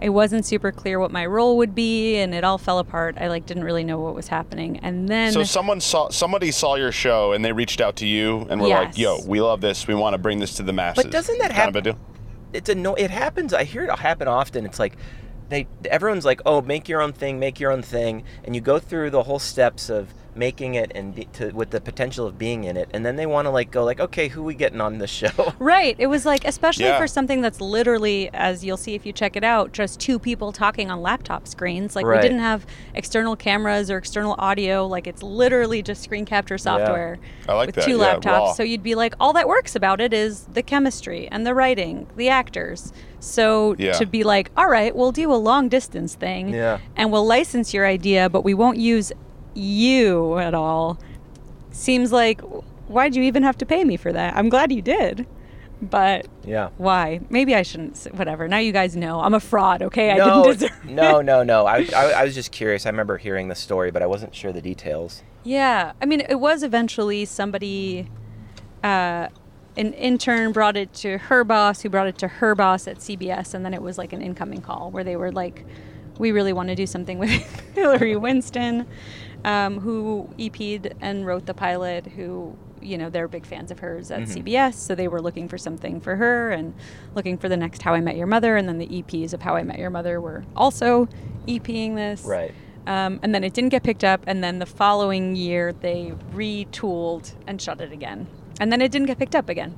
Speaker 3: it wasn't super clear what my role would be and it all fell apart. I like didn't really know what was happening. And then
Speaker 1: So someone saw somebody saw your show and they reached out to you and were like,
Speaker 3: Yes.
Speaker 1: "Yo, we love this. We want to bring this to the masses."
Speaker 2: doesn't that
Speaker 1: kind
Speaker 2: hap-
Speaker 1: of a deal?
Speaker 2: it's anno- it happens i hear it happen often it's like they everyone's like oh make your own thing make your own thing and you go through the whole steps of making it and be, to, with the potential of being in it and then they want to like go like okay who we getting on this show
Speaker 3: Right. It was like, especially
Speaker 1: Yeah.
Speaker 3: for something that's literally, as you'll see if you check it out, just two people talking on laptop screens. Like,
Speaker 2: Right.
Speaker 3: we didn't have external cameras or external audio. Like, it's literally just screen capture software
Speaker 1: I like
Speaker 3: with
Speaker 1: that.
Speaker 3: two
Speaker 1: Yeah,
Speaker 3: laptops.
Speaker 1: raw.
Speaker 3: So you'd be like, all that works about it is the chemistry and the writing, the actors. So
Speaker 1: Yeah.
Speaker 3: to be like, all right, we'll do a long distance thing
Speaker 2: Yeah.
Speaker 3: and we'll license your idea, but we won't use you at all seems like why'd you even have to pay me for that? I'm glad you did, but
Speaker 2: yeah
Speaker 3: why? Maybe I shouldn't. s- Whatever. Now you guys know I'm a fraud. Okay, I
Speaker 2: no,
Speaker 3: didn't deserve.
Speaker 2: no no no I, I, I was just curious i remember hearing the story but i wasn't sure the details
Speaker 3: Yeah, I mean, it was eventually somebody. Uh, an intern brought it to her boss, who brought it to her boss at CBS, and then it was like an incoming call where they were like, "We really want to do something with Hillary Winston, um, who EP'd and wrote the pilot, who." You know, they're big fans of hers at CBS, so they were looking for something for her and looking for the next How I Met Your Mother. And then the EPs of How I Met Your Mother were also EPing this.
Speaker 2: Right.
Speaker 3: Um, and then it didn't get picked up. And then the following year, they retooled and shut it again. And then it didn't get picked up again.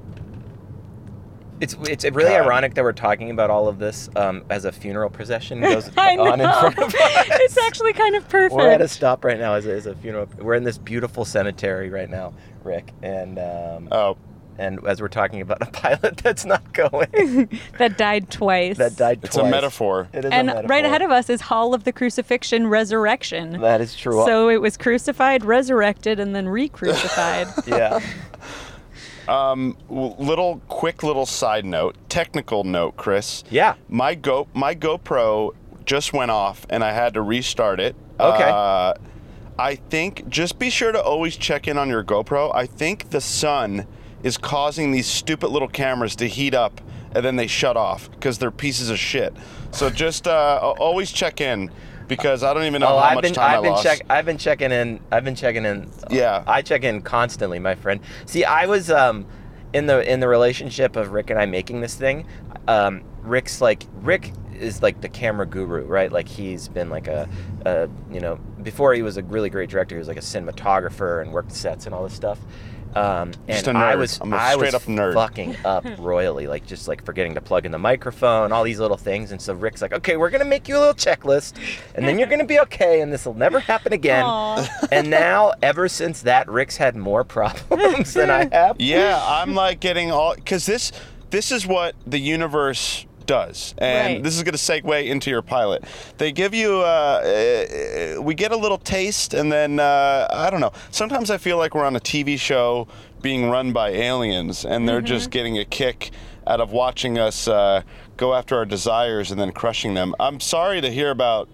Speaker 2: It's it's really
Speaker 1: God.
Speaker 2: ironic that we're talking about all of this um, as a funeral procession goes
Speaker 3: I know.
Speaker 2: on in front of us.
Speaker 3: it's actually kind of perfect.
Speaker 2: We're at a stop right now as a, as a funeral. We're in this beautiful cemetery right now, Rick, and um,
Speaker 1: Oh,
Speaker 2: and as we're talking about a pilot that's not going,
Speaker 3: that died twice.
Speaker 2: that died
Speaker 1: it's
Speaker 2: twice.
Speaker 1: a metaphor.
Speaker 2: It is a
Speaker 3: And right
Speaker 2: metaphor.
Speaker 3: ahead of us is Hall of the Crucifixion Resurrection.
Speaker 2: that is true.
Speaker 3: So it was crucified, resurrected, and then re crucified.
Speaker 2: yeah,
Speaker 1: Um, w- little quick little side note, technical note, Chris.
Speaker 2: yeah.
Speaker 1: My go my GoPro just went off and I had to restart it.
Speaker 2: Okay.
Speaker 1: Uh, I think just be sure to always check in on your GoPro. I think the sun is causing these stupid little cameras to heat up and then they shut off because they're pieces of shit. So just uh, a- always check in because I don't even know
Speaker 2: Oh,
Speaker 1: how
Speaker 2: I've
Speaker 1: much
Speaker 2: been
Speaker 1: time
Speaker 2: I've
Speaker 1: I
Speaker 2: been
Speaker 1: lost.
Speaker 2: check I've been checking in I've been checking in. uh,
Speaker 1: Yeah.
Speaker 2: I check in constantly, my friend. See, I was um in the in the relationship of Rick and I making this thing. Um, Rick's like Rick is like the camera guru, right? Like he's been like a, a you know before he was a really great director. He was like a cinematographer and worked sets and all this stuff. Um,
Speaker 1: Just
Speaker 2: and
Speaker 1: a
Speaker 2: I
Speaker 1: nerd.
Speaker 2: was
Speaker 1: I'm a
Speaker 2: I was
Speaker 1: straight-up nerd.
Speaker 2: fucking up royally, like just like forgetting to plug in the microphone, all these little things. And so Rick's like, okay, we're gonna make you a little checklist, and then you're gonna be okay, and this will never happen again.
Speaker 3: Aw.
Speaker 2: And now, ever since that, Rick's had more problems than I have.
Speaker 1: yeah, I'm like getting all because this this is what the universe does, and
Speaker 3: Right.
Speaker 1: this is going to segue into your pilot. They give you, uh, uh, we get a little taste, and then uh, I don't know. Sometimes I feel like we're on a TV show being run by aliens, and they're just getting a kick out of watching us uh, go after our desires and then crushing them. I'm sorry to hear about.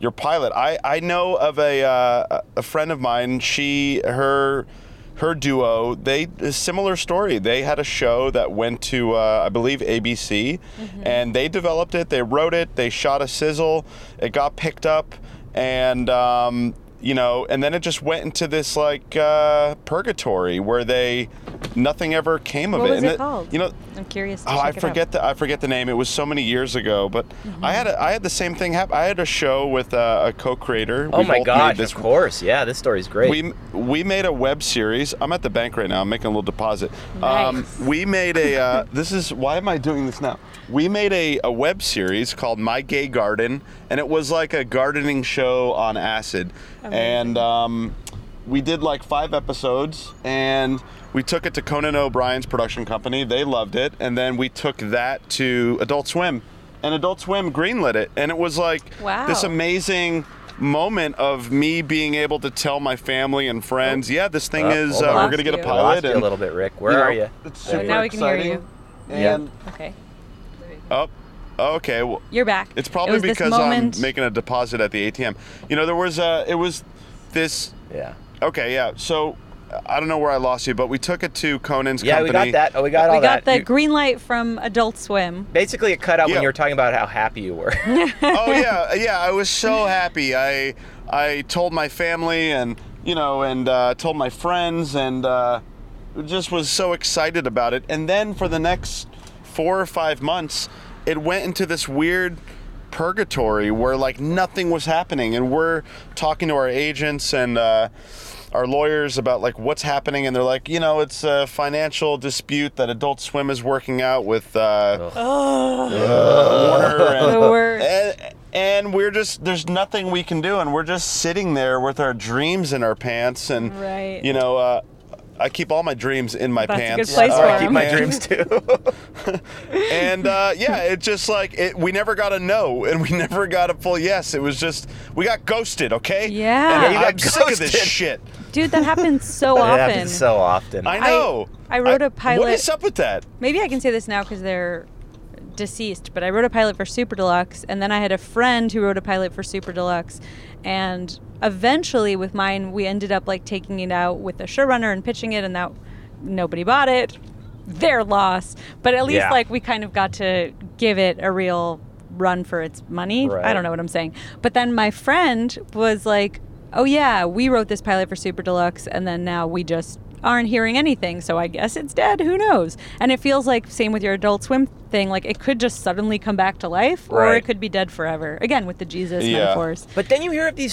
Speaker 1: Your pilot. I, I know of a uh, a friend of mine. She her her duo they a similar story they had a show that went to uh, i believe abc
Speaker 3: Mm-hmm.
Speaker 1: and they developed it they wrote it they shot a sizzle it got picked up and um, you know and then it just went into this like uh, purgatory where they nothing ever came of
Speaker 3: What
Speaker 1: it
Speaker 3: was
Speaker 1: and
Speaker 3: it
Speaker 1: that-
Speaker 3: called?
Speaker 1: you know
Speaker 3: I'm curious. To
Speaker 1: Oh,
Speaker 3: check
Speaker 1: I
Speaker 3: it out. Mm-hmm.
Speaker 1: forget the I forget the name. It was so many years ago, but I had a, I had the same thing happen. I had a show with uh, a co-creator.
Speaker 2: Oh
Speaker 1: We both
Speaker 2: my
Speaker 1: made
Speaker 2: gosh!
Speaker 1: this
Speaker 2: Of course, yeah. This story's great.
Speaker 1: we we made a web series. I'm at the bank right now. I'm making a little deposit. Um,
Speaker 3: Nice.
Speaker 1: we made a. Uh, this is why am I doing this now? We made a, a web series called My Gay Garden, and it was like a gardening show on acid. And um, we did like five episodes, and we took it to Conan O'Brien's production company. They loved it, and then we took that to Adult Swim, and Adult Swim greenlit it, and it was like this
Speaker 3: Wow.
Speaker 1: amazing amazing moment of me being able to tell my family and friends, yeah, this thing
Speaker 2: Uh,
Speaker 1: is
Speaker 2: hold
Speaker 1: uh,
Speaker 2: on.
Speaker 1: we're gonna get a
Speaker 3: Lost
Speaker 2: I lost
Speaker 1: pilot.
Speaker 2: you
Speaker 1: and,
Speaker 2: a little bit, Rick. Where
Speaker 1: you know,
Speaker 2: are you?
Speaker 1: It's
Speaker 2: There
Speaker 1: super
Speaker 2: you
Speaker 3: Now
Speaker 2: go.
Speaker 3: we can hear
Speaker 1: exciting.
Speaker 3: you.
Speaker 2: Yeah.
Speaker 1: And
Speaker 3: Okay.
Speaker 1: oh, okay. Well,
Speaker 3: You're back.
Speaker 1: it's
Speaker 3: It
Speaker 1: probably
Speaker 3: was this
Speaker 1: because
Speaker 3: moment-
Speaker 1: I'm making a deposit at the ATM. You know, there was a. It was this.
Speaker 2: Yeah.
Speaker 1: Okay, yeah. So I don't know where I lost you, but we took it to Conan's
Speaker 2: Yeah, we
Speaker 1: company.
Speaker 2: got that. Oh, we got all
Speaker 3: We got the
Speaker 2: that. You-
Speaker 3: green light from Adult Swim.
Speaker 2: Basically, it cut out
Speaker 1: Yeah.
Speaker 2: when you were talking about how happy you were.
Speaker 1: oh yeah, yeah. I was so happy. I I told my family and you know and uh, told my friends and uh, just was so excited about it. And then for the next four or five months, it went into this weird purgatory where like nothing was happening, and we're talking to our agents and. Uh, our lawyers about like what's happening, and they're like, you know, it's a financial dispute that Adult Swim is working out with uh, Warner and
Speaker 3: The worst.
Speaker 1: and, and we're just there's nothing we can do and we're just sitting there with our dreams in our pants and
Speaker 3: Right.
Speaker 1: you know uh, i keep all my dreams in my
Speaker 3: That's a good
Speaker 1: pants Uh,
Speaker 3: place
Speaker 2: Sorry,
Speaker 3: for
Speaker 2: I keep
Speaker 3: him.
Speaker 2: my
Speaker 1: and-
Speaker 2: dreams too.
Speaker 1: and uh, yeah it just like it, we never got a no and we never got a full yes it was just we got ghosted okay
Speaker 3: Yeah.
Speaker 1: And
Speaker 3: Yeah, you
Speaker 2: got
Speaker 1: i'm sick of this
Speaker 2: ghosted.
Speaker 1: shit
Speaker 3: Dude, that happens so
Speaker 2: it
Speaker 3: often.
Speaker 2: happens so often.
Speaker 1: i know
Speaker 3: I wrote
Speaker 1: a
Speaker 3: a pilot-
Speaker 1: what is up with that
Speaker 3: maybe I can say this now because they're deceased, but I wrote a pilot for Super Deluxe, and then I had a friend who wrote a pilot for Super Deluxe, and eventually with mine, we ended up like taking it out with a showrunner and pitching it, and that nobody bought it. their loss. But at least
Speaker 2: Yeah.
Speaker 3: like we kind of got to give it a real run for its money. I
Speaker 2: Right.
Speaker 3: don't know what I'm saying. But then my friend was like, "Oh yeah, we wrote this pilot for Super Deluxe, and then now we just." aren't hearing anything so i guess it's dead who knows and it feels like same with your adult swim thing like it could just suddenly come back to life or
Speaker 2: Right.
Speaker 3: it could be dead forever again with the jesus
Speaker 1: Yeah.
Speaker 3: metaphors
Speaker 2: But then you hear of these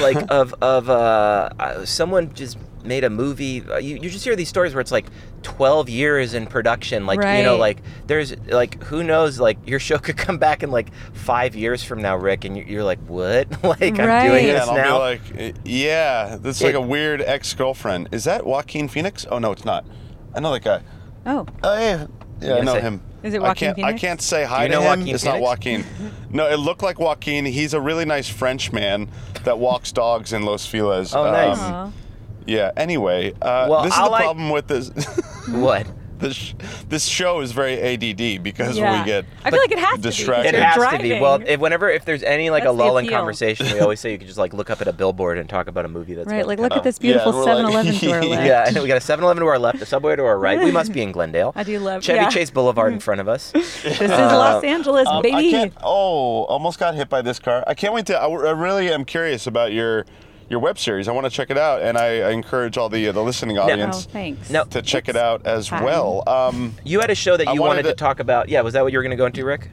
Speaker 2: like of of uh, uh, someone just made a movie. uh, You, you just hear these stories where it's like twelve years in production. Like you know,
Speaker 3: Right.
Speaker 2: like there's like who knows? Like your show could come back in like five years from now, Rick, and you, you're like, what? like I'm doing
Speaker 3: Right.
Speaker 1: Yeah,
Speaker 2: this
Speaker 1: and I'll
Speaker 2: now.
Speaker 1: be like, uh, yeah, that's like
Speaker 2: It-
Speaker 1: a weird ex girlfriend. Is that Joaquin Phoenix? Oh, no, it's not. I know that guy.
Speaker 3: oh
Speaker 1: Oh, yeah. Yeah, I
Speaker 2: gonna
Speaker 1: know
Speaker 2: say-
Speaker 1: him.
Speaker 3: Is it
Speaker 1: I
Speaker 3: Joaquin
Speaker 1: can't, I
Speaker 3: Phoenix?
Speaker 1: can't say hi
Speaker 2: you know
Speaker 1: to him.
Speaker 2: Joaquin
Speaker 1: it's not
Speaker 2: Phoenix?
Speaker 1: Joaquin. No, it looked like Joaquin. He's a really nice French man that walks dogs in Los Feliz.
Speaker 2: Oh, nice. Um,
Speaker 3: Aw.
Speaker 1: yeah. Anyway, uh,
Speaker 2: Well,
Speaker 1: this is
Speaker 2: I
Speaker 1: the
Speaker 2: like-
Speaker 1: problem with this. "Hmm."
Speaker 2: what?
Speaker 1: this sh- this show is very ADD because
Speaker 3: Yeah.
Speaker 1: we get.
Speaker 3: I feel like it has
Speaker 1: distracted.
Speaker 3: to
Speaker 2: It
Speaker 3: be.
Speaker 1: You're
Speaker 2: has
Speaker 3: driving.
Speaker 2: to be. Well, if, whenever if there's any like
Speaker 3: That's
Speaker 2: a
Speaker 3: the
Speaker 2: lull in
Speaker 3: appeal.
Speaker 2: conversation, we always say you could just like look up at a billboard and talk about a movie that's
Speaker 3: right.
Speaker 2: about
Speaker 3: Like,
Speaker 2: to
Speaker 3: look
Speaker 2: come
Speaker 3: at
Speaker 2: out.
Speaker 3: this beautiful
Speaker 1: Yeah, we're like-
Speaker 3: 7-Eleven to our left.
Speaker 2: Yeah, I know we got a 7-Eleven to our left, a subway to our right. We must be in Glendale.
Speaker 3: I do love-
Speaker 2: Chevy
Speaker 3: yeah.
Speaker 2: Chase Boulevard in front of us.
Speaker 3: This is Los Angeles,
Speaker 1: Um, I
Speaker 3: baby.
Speaker 1: can't, oh, almost got hit by this car. I can't wait to. I, I really am curious about your your web series. I want to check it out, and I, I encourage all the the listening
Speaker 3: Oh,
Speaker 1: audience
Speaker 3: thanks.
Speaker 2: No.
Speaker 1: to check it out as
Speaker 3: fine.
Speaker 1: well. Um,
Speaker 2: You had a show that
Speaker 1: I
Speaker 2: you
Speaker 1: wanted
Speaker 2: wanted to
Speaker 1: to-
Speaker 2: talk about. Yeah, was that what you were going to go into, Rick?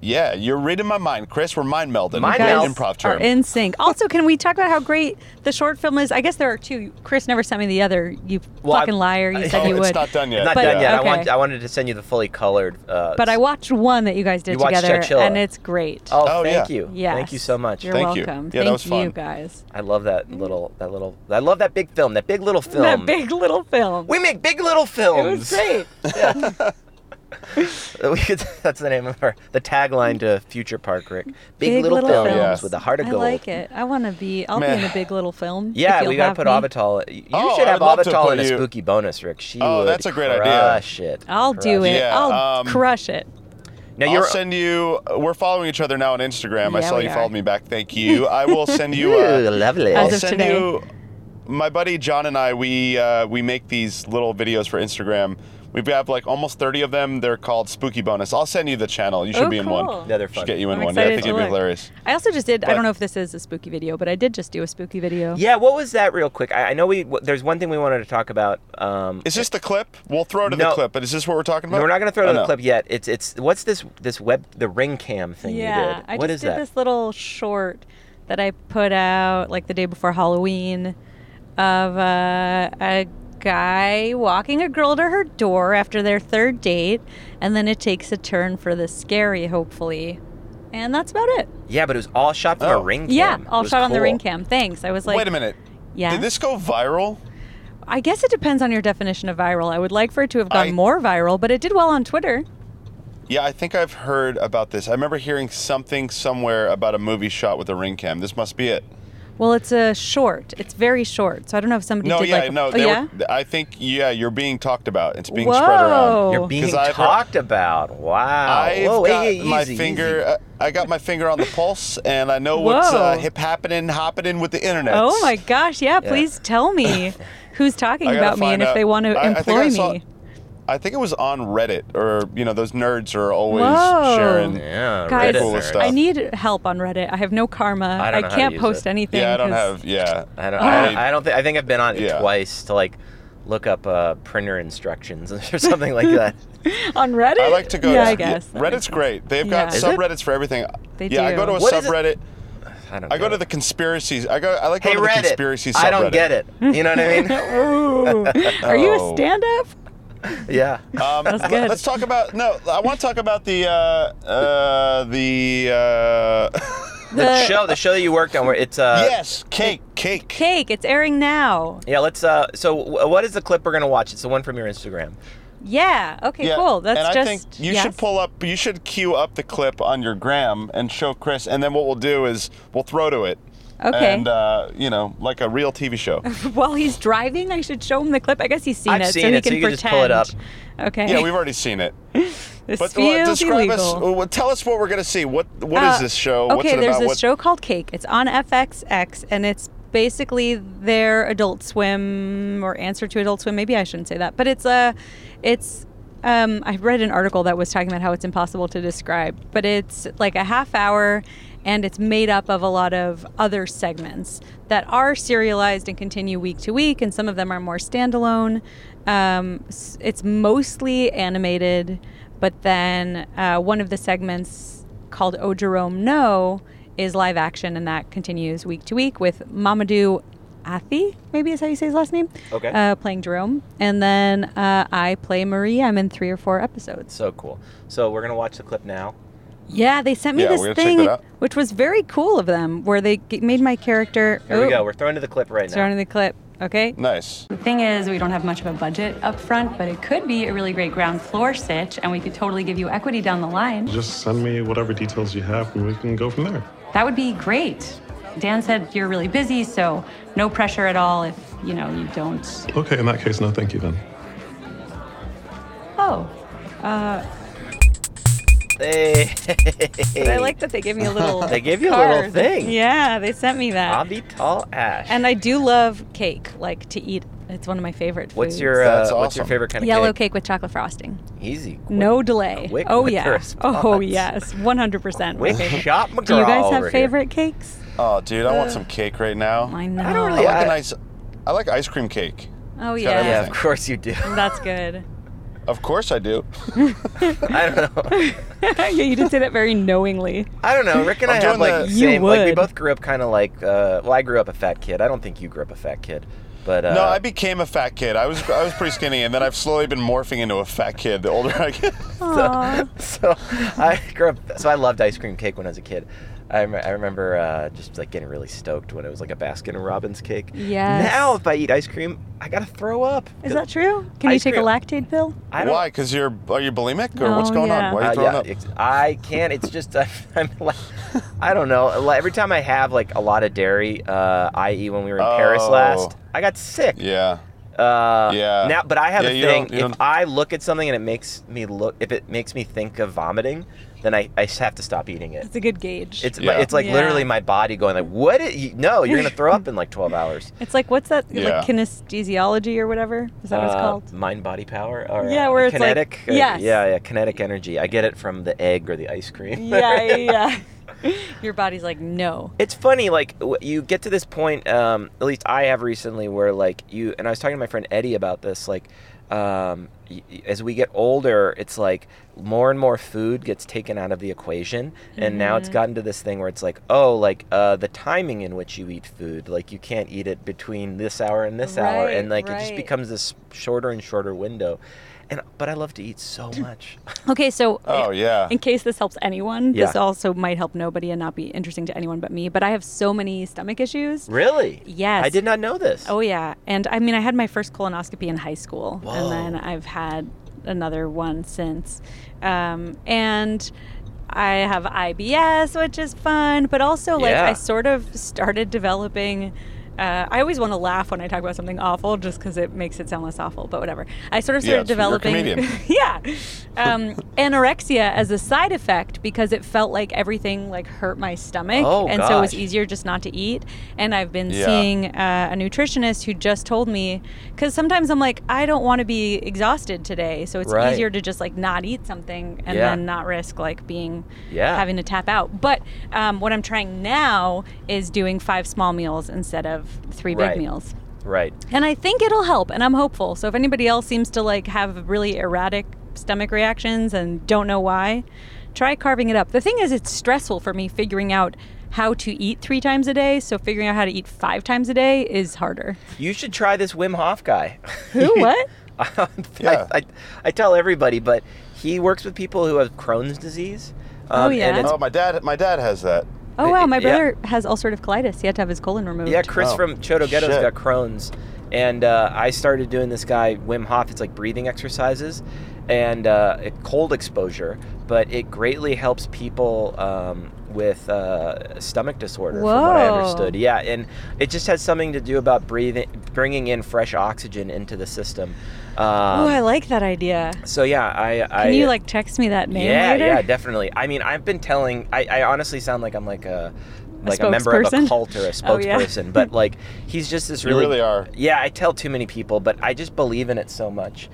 Speaker 1: yeah, you're reading my mind, Chris. We're mind melding.
Speaker 2: Mind
Speaker 1: Great
Speaker 2: meld.
Speaker 1: improv
Speaker 3: are
Speaker 1: term.
Speaker 3: in sync. Also, can we talk about how great the short film is? I guess there are two. Chris never sent me the other. You
Speaker 2: Well, I-
Speaker 3: fucking liar! You said
Speaker 1: oh,
Speaker 3: you
Speaker 1: it's
Speaker 3: would.
Speaker 1: not done yet.
Speaker 2: Not
Speaker 3: But-
Speaker 2: done yet. I, want,
Speaker 3: okay.
Speaker 2: I wanted to send you the fully colored. Uh,
Speaker 3: But I watched one that you guys did
Speaker 2: You watched
Speaker 3: together,
Speaker 2: Chachilla.
Speaker 3: and it's great.
Speaker 2: Oh,
Speaker 1: Oh,
Speaker 2: thank
Speaker 1: yeah.
Speaker 2: you.
Speaker 3: Yes.
Speaker 2: Thank you so much.
Speaker 3: You're
Speaker 1: Thank you.
Speaker 3: welcome.
Speaker 1: Yeah, that
Speaker 3: Thank
Speaker 1: was fun.
Speaker 3: you guys.
Speaker 2: I love that little. That little. I love that big film. That big little film.
Speaker 3: That big little film.
Speaker 2: We make big little
Speaker 3: it
Speaker 2: films.
Speaker 3: was great.
Speaker 2: We could- that's the name of our the tagline to Future Park, Rick. Big, little, films
Speaker 1: Films. Yeah.
Speaker 2: with a heart of
Speaker 3: I
Speaker 2: gold.
Speaker 3: like it. I want to be. I'll
Speaker 1: Man.
Speaker 3: be in a big little film.
Speaker 2: Yeah,
Speaker 3: if you'll
Speaker 2: we gotta
Speaker 3: have
Speaker 2: put
Speaker 3: me.
Speaker 2: Avital. You
Speaker 1: Oh,
Speaker 2: should
Speaker 1: I
Speaker 2: have
Speaker 1: would love to
Speaker 2: Avital
Speaker 1: put
Speaker 2: in a
Speaker 1: you-
Speaker 2: spooky bonus, Rick. She
Speaker 1: Oh,
Speaker 2: would
Speaker 1: that's a great idea.
Speaker 2: crush idea. it.
Speaker 3: I'll do
Speaker 2: Crush
Speaker 3: it.
Speaker 1: Yeah,
Speaker 3: I'll
Speaker 1: um,
Speaker 3: crush it.
Speaker 2: Now
Speaker 1: I'll
Speaker 2: you're
Speaker 1: send you. We're following each other now on Instagram. I
Speaker 3: Yeah,
Speaker 1: saw
Speaker 3: we
Speaker 1: you
Speaker 3: are.
Speaker 1: followed me back. Thank you. I will send you.
Speaker 2: Ooh,
Speaker 1: Uh,
Speaker 2: lovely.
Speaker 3: As
Speaker 1: I'll
Speaker 3: of
Speaker 1: send
Speaker 3: today.
Speaker 1: you. My buddy John and I, we uh, we make these little videos for Instagram. We have like almost thirty of them. They're called Spooky Bonus. I'll send you the channel. You should
Speaker 3: Oh,
Speaker 1: be in
Speaker 3: cool.
Speaker 1: one.
Speaker 2: Yeah, they're
Speaker 1: Should
Speaker 2: fun.
Speaker 1: get you in
Speaker 3: I'm
Speaker 1: one. Yeah, I
Speaker 3: excited
Speaker 1: think
Speaker 3: to
Speaker 1: it'd be
Speaker 3: look.
Speaker 1: hilarious.
Speaker 3: I also just did.
Speaker 1: But-
Speaker 3: I don't know if this is a spooky video, but I did just do a spooky video.
Speaker 2: Yeah, what was that real quick? I, I know we w- there's one thing we wanted to talk about. Um,
Speaker 1: Is this the clip? We'll throw to
Speaker 2: No.
Speaker 1: the clip. But is this what we're talking
Speaker 2: no,
Speaker 1: about?
Speaker 2: we're not gonna throw
Speaker 1: Oh,
Speaker 2: to the
Speaker 1: no.
Speaker 2: clip yet. It's it's what's this this web the ring cam thing you
Speaker 3: Yeah,
Speaker 2: did?
Speaker 3: I
Speaker 2: What
Speaker 3: just
Speaker 2: is
Speaker 3: did
Speaker 2: that?
Speaker 3: this little short that I put out like the day before Halloween of uh, a guy walking a girl to her door after their third date, and then it takes a turn for the scary, hopefully. And that's about it.
Speaker 2: Yeah, but it was all shot from
Speaker 1: Oh.
Speaker 2: a ring cam.
Speaker 3: Yeah,
Speaker 2: It
Speaker 3: all
Speaker 2: was
Speaker 3: shot on the
Speaker 2: cool.
Speaker 3: ring cam. Thanks. I was like,
Speaker 1: Wait a minute.
Speaker 3: Yeah.
Speaker 1: Did this go viral?
Speaker 3: I guess it depends on your definition of viral. I would like for it to have gone
Speaker 1: I-
Speaker 3: more viral, but it did well on Twitter.
Speaker 1: Yeah, I think I've heard about this. I remember hearing something somewhere about a movie shot with a ring cam. This must be it.
Speaker 3: Well, it's a short. It's very short, so I don't know if somebody
Speaker 1: No,
Speaker 3: did
Speaker 1: yeah,
Speaker 3: like.
Speaker 1: no.
Speaker 3: oh,
Speaker 1: they
Speaker 3: yeah.
Speaker 1: Were, I think yeah, you're being talked about. It's being
Speaker 3: Whoa.
Speaker 1: spread around.
Speaker 2: You're
Speaker 3: Oh.
Speaker 2: being
Speaker 1: 'Cause I've heard-
Speaker 2: talked about. Wow.
Speaker 1: I've
Speaker 2: Whoa,
Speaker 1: got
Speaker 2: hey, hey,
Speaker 1: my
Speaker 2: easy,
Speaker 1: finger.
Speaker 2: easy.
Speaker 1: uh, I got my finger on the pulse, and I know what's uh,
Speaker 3: Whoa.
Speaker 1: hip happening, happening with the internet.
Speaker 3: Oh my gosh! Yeah,
Speaker 2: Yeah.
Speaker 3: please tell me who's talking
Speaker 1: I gotta
Speaker 3: about me and
Speaker 1: find
Speaker 3: if they
Speaker 1: out.
Speaker 3: want to
Speaker 1: I- I think
Speaker 3: employ
Speaker 1: I saw-
Speaker 3: me.
Speaker 1: I think it was on Reddit, or you know, those nerds are always
Speaker 3: Whoa.
Speaker 1: sharing.
Speaker 2: Yeah,
Speaker 3: Guys,
Speaker 2: Reddit
Speaker 1: Cool
Speaker 2: nerd.
Speaker 1: stuff.
Speaker 3: I need help on Reddit. I have no karma.
Speaker 2: I
Speaker 3: I,
Speaker 2: don't know how to
Speaker 3: can't
Speaker 2: use
Speaker 3: post
Speaker 2: it.
Speaker 3: anything.
Speaker 1: Yeah, I don't
Speaker 3: 'cause-
Speaker 1: have. Yeah.
Speaker 2: I don't. I don't,
Speaker 1: I-
Speaker 2: I don't think. I think I've been on it
Speaker 1: Yeah.
Speaker 2: twice to like look up uh, printer instructions or something like that.
Speaker 3: on Reddit.
Speaker 1: I like to go.
Speaker 3: Yeah,
Speaker 1: to,
Speaker 3: I guess That makes
Speaker 1: Reddit's
Speaker 3: sense.
Speaker 1: great. They've got
Speaker 3: Yeah. Is
Speaker 2: it?
Speaker 1: subreddits for everything.
Speaker 3: They
Speaker 1: yeah, I
Speaker 3: do.
Speaker 1: go to a
Speaker 2: What is it?
Speaker 1: subreddit.
Speaker 2: I don't.
Speaker 1: I go
Speaker 2: get
Speaker 1: to
Speaker 2: it.
Speaker 1: the conspiracies. I go. I like
Speaker 2: Hey
Speaker 1: going to the
Speaker 2: Reddit.
Speaker 1: conspiracy subreddit.
Speaker 2: I don't get it. You know what I mean?
Speaker 3: Ooh. Are you
Speaker 1: Oh.
Speaker 3: a stand-up?
Speaker 2: yeah.
Speaker 1: Um,
Speaker 3: That's
Speaker 1: let-
Speaker 3: good.
Speaker 1: Let's talk about no. I want to talk about the uh, uh, the uh,
Speaker 2: The show. The show that you worked on. Where it's. Uh,
Speaker 1: yes, cake, cake.
Speaker 3: Cake. It's airing now.
Speaker 2: Yeah. Let's. Uh, so w- what is the clip we're gonna watch? It's the one from your Instagram.
Speaker 3: Yeah. Okay. Cool. That's
Speaker 1: and I
Speaker 3: just.
Speaker 1: think you
Speaker 3: yes.
Speaker 1: should pull up. You should queue up the clip on your gram and show Chris. And then what we'll do is we'll throw to it.
Speaker 3: Okay.
Speaker 1: And uh, you know, like a real TV show.
Speaker 3: While he's driving, I should show him the clip. I guess he's seen
Speaker 2: I've
Speaker 3: it,
Speaker 2: seen
Speaker 3: so he
Speaker 2: it, so
Speaker 3: can
Speaker 2: you can
Speaker 3: pretend.
Speaker 2: just pull it up.
Speaker 3: Okay.
Speaker 1: yeah, we've already seen it.
Speaker 3: this
Speaker 1: But uh,
Speaker 3: feels
Speaker 1: describe us.
Speaker 3: illegal.
Speaker 1: uh, well, Tell us what we're gonna see. What What is
Speaker 3: Uh,
Speaker 1: this show?
Speaker 3: Okay,
Speaker 1: What's it
Speaker 3: there's
Speaker 1: about?
Speaker 3: this
Speaker 1: What-
Speaker 3: show called Cake. It's on FXX, and it's basically their Adult Swim or answer to Adult Swim. Maybe I shouldn't say that, but it's a, it's. Um, I read an article that was talking about how it's impossible to describe, but it's like a half hour, and it's made up of a lot of other segments that are serialized and continue week to week, and some of them are more standalone. Um, s- it's mostly animated, but then uh, one of the segments called "Oh Jerome No" is live action, and that continues week to week with Mamadou Athi, maybe is how you say his last name.
Speaker 2: Okay.
Speaker 3: Uh, playing Jerome, and then uh, I play Marie. I'm in three or four episodes.
Speaker 2: So cool. So we're gonna watch the clip now.
Speaker 3: Yeah, they sent me
Speaker 1: Yeah,
Speaker 3: this
Speaker 1: we're gonna check
Speaker 3: thing,
Speaker 1: that out.
Speaker 3: which was very cool of them, where they g- made my character.
Speaker 2: Here we
Speaker 3: Ooh,
Speaker 2: go. We're throwing to the clip right now.
Speaker 3: starting the clip. Okay.
Speaker 1: Nice.
Speaker 4: The thing is, we don't have much of a budget up front, but it could be a really great ground floor sitch, and we could totally give you equity down the line.
Speaker 5: Just send me whatever details you have and we can go from there.
Speaker 4: That would be great. Dan said you're really busy, so no pressure at all if, you know, you don't.
Speaker 5: Okay, in that case, no thank you then.
Speaker 4: Oh,
Speaker 2: Hey.
Speaker 3: But I like that they gave me a little.
Speaker 2: They gave you a little
Speaker 3: card.
Speaker 2: thing.
Speaker 3: Yeah, they sent me that.
Speaker 2: Abital Ash.
Speaker 3: And I do love cake, like to eat. It's one of my favorite.
Speaker 2: what's
Speaker 3: foods.
Speaker 2: your uh,
Speaker 1: That's
Speaker 2: what's your
Speaker 1: awesome.
Speaker 2: favorite kind of
Speaker 3: yellow
Speaker 2: cake?
Speaker 3: cake with chocolate frosting?
Speaker 2: Easy. quick-
Speaker 3: no delay.
Speaker 2: quick
Speaker 3: oh
Speaker 2: with the
Speaker 3: yeah.
Speaker 2: response.
Speaker 3: Oh yes. One hundred percent.
Speaker 2: Quick shot McGraw
Speaker 3: Do you guys
Speaker 2: over
Speaker 3: have
Speaker 2: here.
Speaker 3: favorite cakes?
Speaker 1: Oh, dude, I want some cake right now.
Speaker 3: Uh, I know.
Speaker 2: I don't
Speaker 1: I
Speaker 2: really-
Speaker 1: like a
Speaker 2: I-
Speaker 1: nice. I like ice cream cake.
Speaker 3: Oh
Speaker 1: It's got
Speaker 3: yeah.
Speaker 2: Yeah,
Speaker 1: everything.
Speaker 2: of course you do.
Speaker 3: That's good.
Speaker 1: Of course I do.
Speaker 2: I don't know.
Speaker 3: yeah, you did say that very knowingly.
Speaker 2: I don't know. Rick and
Speaker 1: I'm
Speaker 2: I have
Speaker 1: doing
Speaker 2: like
Speaker 1: the-
Speaker 3: You
Speaker 2: same. Like we
Speaker 3: would.
Speaker 2: both grew up kind of like. Uh, well, I grew up a fat kid. I don't think you grew up a fat kid, but uh,
Speaker 1: No, I became a fat kid. I was I was pretty skinny, and then I've slowly been morphing into a fat kid the older I get.
Speaker 3: Aw.
Speaker 2: so I grew up. So I loved ice cream cake when I was a kid. I, rem- I remember uh, just like getting really stoked when it was like a Baskin and Robbins cake.
Speaker 3: Yes.
Speaker 2: Now if I eat ice cream, I gotta throw up.
Speaker 3: Is that true? Can you
Speaker 2: Ice
Speaker 3: take a
Speaker 2: cream.
Speaker 3: lactate pill?
Speaker 2: I don't,
Speaker 1: Why? Because you're are you bulimic or what's
Speaker 3: No,
Speaker 1: going
Speaker 3: Oh, yeah.
Speaker 1: on? Why are
Speaker 2: Uh,
Speaker 1: you throwing
Speaker 2: yeah,
Speaker 1: up?
Speaker 2: it's- I can't. It's just I, I'm like, I don't know. Like, Every time I have like a lot of dairy, uh, i.e., when we were in Paris
Speaker 1: Oh.
Speaker 2: last, I got sick.
Speaker 1: Yeah.
Speaker 2: Uh,
Speaker 1: Yeah.
Speaker 2: Now, but I have
Speaker 1: Yeah,
Speaker 2: a
Speaker 1: you
Speaker 2: thing.
Speaker 1: don't- you
Speaker 2: If
Speaker 1: don't-
Speaker 2: I look at something and it makes me look, if it makes me think of vomiting, then I, I just have to stop eating it.
Speaker 3: It's a good gauge.
Speaker 2: It's
Speaker 1: Yeah.
Speaker 2: it's like
Speaker 3: Yeah.
Speaker 2: literally my body going like, what? i- you, no, you're gonna throw up in like 12 hours.
Speaker 3: It's like what's that
Speaker 1: Yeah.
Speaker 3: like kinesthesiology or whatever? Is that what it's
Speaker 2: Uh,
Speaker 3: called?
Speaker 2: Mind body power or
Speaker 3: Yeah,
Speaker 2: uh,
Speaker 3: where it's like-
Speaker 2: kinetic. uh,
Speaker 3: yes.
Speaker 2: Yeah, yeah, kinetic energy. I get it from the egg or the ice cream.
Speaker 3: yeah, yeah, yeah. Your body's like no.
Speaker 2: It's funny, like w- you get to this point. Um, at least I have recently, where like you and I was talking to my friend Eddie about this. Like, um, y- y- as we get older, it's like more and more food gets taken out of the equation, and now
Speaker 3: Mm-hmm.
Speaker 2: it's gotten to this thing where it's like, oh, like uh, the timing in which you eat food, like you can't eat it between this hour and this hour,
Speaker 3: Right,
Speaker 2: and like it just
Speaker 3: right.
Speaker 2: becomes this shorter and shorter window. And but I love to eat so much.
Speaker 3: Okay, so
Speaker 1: Oh yeah.
Speaker 3: in case this helps anyone, this
Speaker 2: Yeah.
Speaker 3: also might help nobody and not be interesting to anyone but me. But I have so many stomach issues.
Speaker 2: really?
Speaker 3: Yes.
Speaker 2: I did not know this.
Speaker 3: Oh yeah, and I mean I had my first colonoscopy in high school,
Speaker 2: Whoa.
Speaker 3: and then I've had another one since, um, and I have IBS, which is fun, but also like
Speaker 2: Yeah.
Speaker 3: I sort of started developing. Uh, I always want to laugh when I talk about something awful, just because it makes it sound less awful. But whatever, I sort of
Speaker 1: Yeah, it's-
Speaker 3: started
Speaker 1: you're a
Speaker 3: developing,
Speaker 1: comedian.
Speaker 3: yeah, um, anorexia as a side effect because it felt like everything like hurt my stomach,
Speaker 2: Oh,
Speaker 3: and so it was
Speaker 2: gosh.
Speaker 3: easier just not to eat. And I've been
Speaker 1: Yeah.
Speaker 3: seeing uh, a nutritionist who just told me because sometimes I'm like, I don't want to be exhausted today, so it's
Speaker 2: Right.
Speaker 3: easier to just like not eat something and
Speaker 2: Yeah.
Speaker 3: then not risk like being
Speaker 2: Yeah.
Speaker 3: having to tap out. But um, what I'm trying now is doing five small meals instead of three big
Speaker 2: Right.
Speaker 3: meals.
Speaker 2: Right.
Speaker 3: And I think it'll help, and I'm hopeful. So if anybody else seems to like have really erratic stomach reactions and don't know why, try carving it up. The thing is, it's stressful for me figuring out how to eat three times a day. So figuring out how to eat five times a day is harder.
Speaker 2: You should try this Wim Hof guy.
Speaker 3: Who? What?
Speaker 2: Um, I,
Speaker 1: Yeah.
Speaker 2: I, I tell everybody, but he works with people who have Crohn's disease.
Speaker 3: Oh,
Speaker 2: Um,
Speaker 3: yeah?
Speaker 2: And it's,
Speaker 1: Oh, my dad. My dad has that.
Speaker 3: Oh wow, my
Speaker 2: Yeah.
Speaker 3: brother has ulcerative colitis. He had to have his colon removed.
Speaker 2: yeah, Chris
Speaker 1: Oh,
Speaker 2: from Choto Ghetto's
Speaker 1: shit.
Speaker 2: got Crohn's, and uh, I started doing this guy Wim Hof. It's like breathing exercises and uh, it- cold exposure, but it greatly helps people. Um, with uh, stomach disorder, from what I
Speaker 3: Whoa.
Speaker 2: understood, yeah, and it just has something to do about breathing, bringing in fresh oxygen into the system. Um,
Speaker 3: Oh, I like that idea.
Speaker 2: so yeah, I. I uh,
Speaker 3: Can you like text me that name
Speaker 2: yeah,
Speaker 3: later?
Speaker 2: Yeah, definitely. I mean, I've been telling. I, I honestly sound like I'm like a like a member of a
Speaker 3: spokesperson?
Speaker 2: cult or a
Speaker 3: Oh, yeah.
Speaker 2: spokesperson, but like he's just this
Speaker 1: You
Speaker 2: really,
Speaker 1: really are.
Speaker 2: Yeah, I tell too many people, but I just believe in it so much.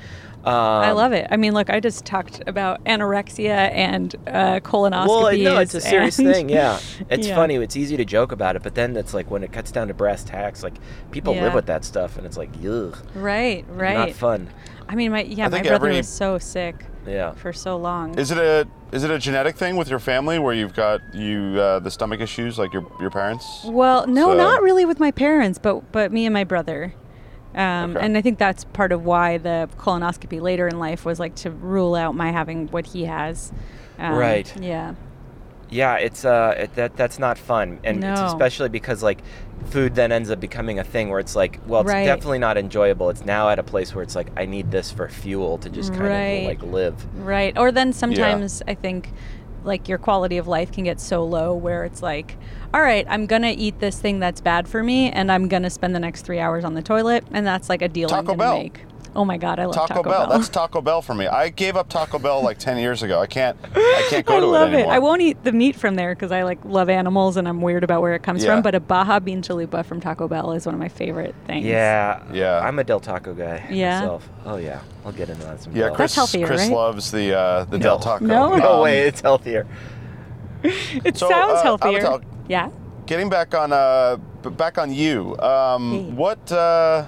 Speaker 2: Um,
Speaker 3: I love it. I mean, look, I just talked about anorexia and uh, colonoscopies.
Speaker 2: Well, I- no, it's a serious
Speaker 3: and-
Speaker 2: thing. Yeah, it's
Speaker 3: Yeah.
Speaker 2: funny. It's easy to joke about it, but then it's like when it cuts down to brass tacks, like people live
Speaker 3: Yeah.
Speaker 2: with that stuff, and it's like, ugh,
Speaker 3: Right,
Speaker 2: not
Speaker 3: right.
Speaker 2: fun.
Speaker 3: I mean, my yeah,
Speaker 1: I
Speaker 3: my
Speaker 1: think
Speaker 3: brother
Speaker 1: every-
Speaker 3: was so sick
Speaker 2: Yeah.
Speaker 3: for so long.
Speaker 1: Is it a is it a genetic thing with your family where you've got you uh, the stomach issues like your your parents?
Speaker 3: Well, no,
Speaker 1: So-
Speaker 3: not really with my parents, but but me and my brother. Um,
Speaker 1: Okay.
Speaker 3: And I think that's part of why the colonoscopy later in life was like to rule out my having what he has. Um,
Speaker 2: Right.
Speaker 3: Yeah.
Speaker 2: Yeah, it's uh, it, that that's not fun, and it's
Speaker 3: No.
Speaker 2: especially because like food then ends up becoming a thing where it's like, well, it's
Speaker 3: Right.
Speaker 2: definitely not enjoyable. It's now at a place where it's like, I need this for fuel to just kind
Speaker 3: Right.
Speaker 2: of like live.
Speaker 3: Right. Or then sometimes I think like your quality of life can get so low where it's like, all right, I'm going to eat this thing that's bad for me and I'm going to spend the next three hours on the toilet. And that's like a deal I'm
Speaker 1: Taco
Speaker 3: going to
Speaker 1: Bell.
Speaker 3: make. Oh my God, I love
Speaker 1: Taco,
Speaker 3: Taco,
Speaker 1: Bell. That's Taco Bell for me. I gave up Taco Bell like ten years ago. I can't I can't go
Speaker 3: I
Speaker 1: to
Speaker 3: love
Speaker 1: it anymore.
Speaker 3: I won't eat the meat from there because I like love animals and I'm weird about where it comes
Speaker 1: Yeah.
Speaker 3: from. But a Baja bean chalupa from Taco Bell is one of my favorite things.
Speaker 2: Yeah,
Speaker 1: Yeah.
Speaker 2: I'm a Del Taco guy
Speaker 3: Yeah.
Speaker 2: myself. Oh yeah, I'll get into that some.
Speaker 1: Yeah,
Speaker 2: more.
Speaker 1: Chris.
Speaker 3: healthier,
Speaker 1: Chris
Speaker 3: right?
Speaker 1: loves the uh, the Del Taco.
Speaker 3: No?
Speaker 2: No
Speaker 1: Um,
Speaker 2: way, it's healthier.
Speaker 3: it
Speaker 1: So,
Speaker 3: sounds
Speaker 1: uh,
Speaker 3: healthier.
Speaker 1: Avatar-
Speaker 3: yeah.
Speaker 1: Getting back on uh, b- back on you. Um,
Speaker 3: Hey.
Speaker 1: What uh,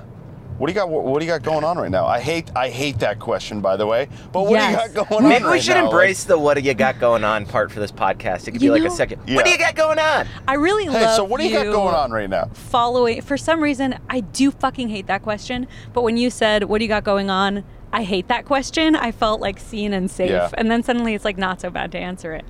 Speaker 1: what do you got? What, do you got going on right now? I hate I hate that question by the way. But what
Speaker 3: Yes.
Speaker 1: do you got going on?
Speaker 2: Maybe we
Speaker 1: right
Speaker 2: should
Speaker 1: now? Like,
Speaker 2: embrace the "What do you got going on?" part for this podcast. It could
Speaker 3: You
Speaker 2: be like
Speaker 3: know-
Speaker 2: a second.
Speaker 1: Yeah.
Speaker 2: What do you got going on?
Speaker 3: I really
Speaker 1: hey,
Speaker 3: love
Speaker 1: so what do you, got going on right now?
Speaker 3: Following for some reason, I do fucking hate that question. But when you said, "What do you got going on?" I hate that question. I felt like seen and safe,
Speaker 1: Yeah.
Speaker 3: and then suddenly it's like not so bad to answer it.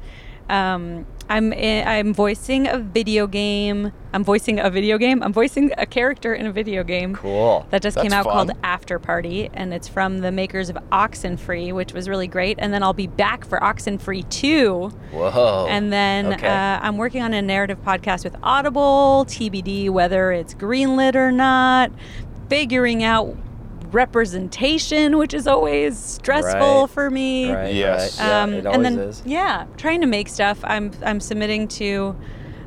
Speaker 3: Um, I'm i- I'm voicing a video game. I'm voicing a video game. I'm voicing a character in a video game.
Speaker 2: Cool.
Speaker 3: That just came
Speaker 1: That's
Speaker 3: out called
Speaker 1: fun.
Speaker 3: After Party, and it's from the makers of Oxenfree, which was really great. And then I'll be back for Oxenfree 2.
Speaker 2: Whoa.
Speaker 3: And then
Speaker 2: Okay.
Speaker 3: uh, I'm working on a narrative podcast with Audible, TBD, whether it's greenlit or not, figuring out representation, which is always stressful
Speaker 2: Right.
Speaker 3: for me.
Speaker 2: Right,
Speaker 1: Yes.
Speaker 2: right. Yeah,
Speaker 3: Um,
Speaker 2: it
Speaker 3: and
Speaker 2: always
Speaker 3: then,
Speaker 2: is.
Speaker 3: yeah, trying to make stuff. I'm, I'm submitting to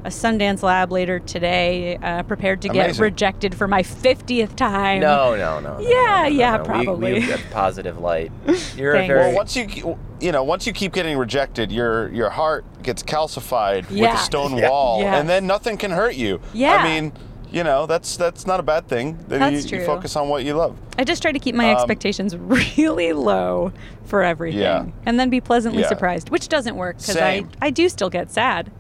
Speaker 3: a Sundance Lab later today, uh, prepared to get
Speaker 1: Amazing.
Speaker 3: rejected for my 50th time.
Speaker 2: No, no, no. no, no,
Speaker 3: Yeah,
Speaker 2: no,
Speaker 3: yeah,
Speaker 2: no.
Speaker 3: probably.
Speaker 2: We, we have positive light. You're a
Speaker 3: Thanks.
Speaker 2: very.
Speaker 1: Well, once you ke- you know, once you keep getting rejected, your your heart gets calcified with
Speaker 3: Yeah.
Speaker 1: a stone
Speaker 2: Yeah.
Speaker 1: wall,
Speaker 3: Yes.
Speaker 1: and then nothing can hurt you.
Speaker 3: Yeah.
Speaker 1: I mean, you know, that's that's not a bad thing. Then
Speaker 3: That's
Speaker 1: you,
Speaker 3: true.
Speaker 1: you focus on what you love.
Speaker 3: I just try to keep my
Speaker 1: Um,
Speaker 3: expectations really low for everything,
Speaker 1: Yeah.
Speaker 3: and then be pleasantly
Speaker 1: Yeah.
Speaker 3: surprised, which doesn't work because I,
Speaker 1: Same.
Speaker 3: I do still get sad,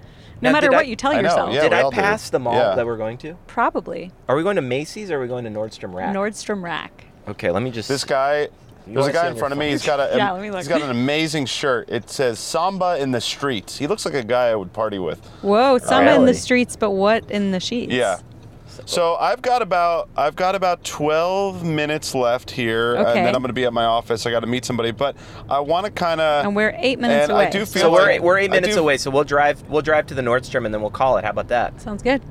Speaker 3: no
Speaker 2: Now,
Speaker 3: matter
Speaker 2: did
Speaker 3: what
Speaker 2: I-
Speaker 3: you tell
Speaker 1: I know,
Speaker 3: yourself.
Speaker 1: yeah.
Speaker 2: did
Speaker 1: we
Speaker 2: I
Speaker 1: all do.
Speaker 2: pass the mall
Speaker 1: Yeah.
Speaker 2: that we're going to?
Speaker 3: Probably
Speaker 2: Are we going to Macy's or are we going to Nordstrom Rack?
Speaker 3: Nordstrom Rack.
Speaker 2: okay, let me just.
Speaker 1: This guy, there's
Speaker 2: wanna
Speaker 1: a
Speaker 2: see
Speaker 1: guy
Speaker 2: on
Speaker 1: in
Speaker 2: your
Speaker 1: front of me.
Speaker 2: phone?
Speaker 1: He's got a
Speaker 3: Yeah, let me look.
Speaker 1: he's got an amazing shirt. It says "Samba in the Streets." He looks like a guy I would party with.
Speaker 3: Whoa, some in
Speaker 2: Really?
Speaker 3: the streets, but what in the sheets?
Speaker 1: Yeah. So I've got about I've got about 12 minutes left here, and
Speaker 3: Okay.
Speaker 1: then I'm going to be at my office. I got to meet somebody, but I want to kind of
Speaker 3: and we're eight minutes
Speaker 1: And I
Speaker 3: away.
Speaker 1: do feel-
Speaker 2: So we're
Speaker 1: like
Speaker 2: eight, we're eight
Speaker 1: I
Speaker 2: minutes
Speaker 1: do-
Speaker 2: away. So we'll drive we'll drive to the Nordstrom and then we'll call it. How about that?
Speaker 3: sounds good.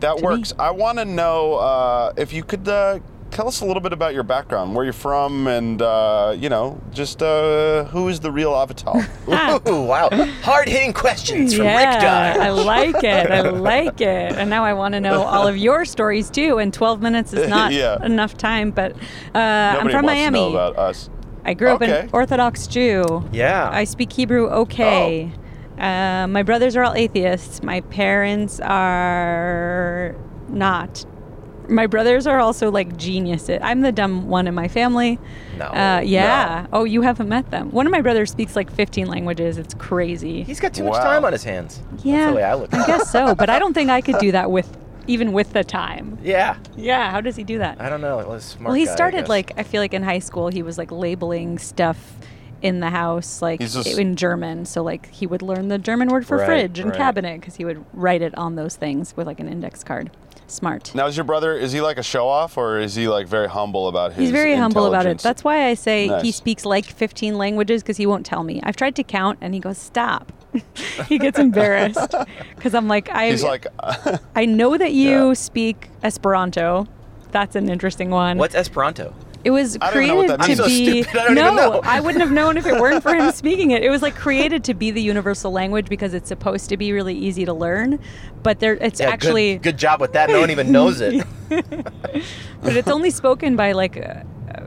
Speaker 1: That
Speaker 3: me.
Speaker 1: works. I want to know uh, if you could uh, tell us a little bit about your background, where you're from, and uh, you know, just uh, who is the real Avatar?
Speaker 2: Ooh, wow! Hard hitting questions from Rick
Speaker 3: yeah,
Speaker 2: Dyer.
Speaker 3: I like it. I like it. And now I want to know all of your stories too. And 12 minutes is not
Speaker 1: Yeah.
Speaker 3: enough time, but uh, I'm
Speaker 1: Nobody
Speaker 3: from
Speaker 1: wants
Speaker 3: Miami.
Speaker 1: to know about us.
Speaker 3: I grew up
Speaker 1: Okay.
Speaker 3: an Orthodox Jew.
Speaker 2: Yeah. Oh.
Speaker 3: I speak Hebrew okay. Uh, my brothers are all atheists. My parents are not. My brothers are also like geniuses. I'm the dumb one in my family.
Speaker 2: Oh, No,
Speaker 3: Uh, yeah. Oh, you haven't met them. One of my brothers speaks like 15 languages. It's crazy.
Speaker 2: He's got too much
Speaker 1: Wow.
Speaker 2: time on his hands.
Speaker 3: yeah.
Speaker 2: That's the way I look. At
Speaker 3: I
Speaker 2: it.
Speaker 3: guess so, but I don't think I could do that with even with the time.
Speaker 2: Yeah.
Speaker 3: Yeah. How does he do that?
Speaker 2: I don't know. It was a smart.
Speaker 3: Well, he
Speaker 2: guy, I
Speaker 3: started
Speaker 2: guess.
Speaker 3: like I feel like in high school he was like labeling stuff in the house like
Speaker 1: He's just-
Speaker 3: in German. So like he would learn the German word for
Speaker 2: Right,
Speaker 3: fridge and
Speaker 2: right.
Speaker 3: cabinet because he would write it on those things with like an index card. Smart.
Speaker 1: Now, is your brother? Is he like a show off, or is he like very humble about his?
Speaker 3: He's very humble about it.
Speaker 1: intelligence?
Speaker 3: That's why I say he
Speaker 1: Nice.
Speaker 3: speaks like 15 languages because he won't tell me. I've tried to count and he goes, "Stop." he gets embarrassed because I'm like, I
Speaker 1: He's like,
Speaker 3: I know that you
Speaker 1: Yeah.
Speaker 3: speak Esperanto. That's an interesting one.
Speaker 2: what's Esperanto?
Speaker 3: It was
Speaker 1: I don't even know what that
Speaker 3: created to
Speaker 1: means. I'm so
Speaker 3: be
Speaker 1: stupid. I don't
Speaker 3: no.
Speaker 1: even know.
Speaker 3: I wouldn't have known if it weren't for him speaking it. It was like created to be the universal language because it's supposed to be really easy to learn, but there it's
Speaker 2: Yeah, good-
Speaker 3: actually
Speaker 2: good, job with that. No one even knows it.
Speaker 3: but it's only spoken by like uh, uh,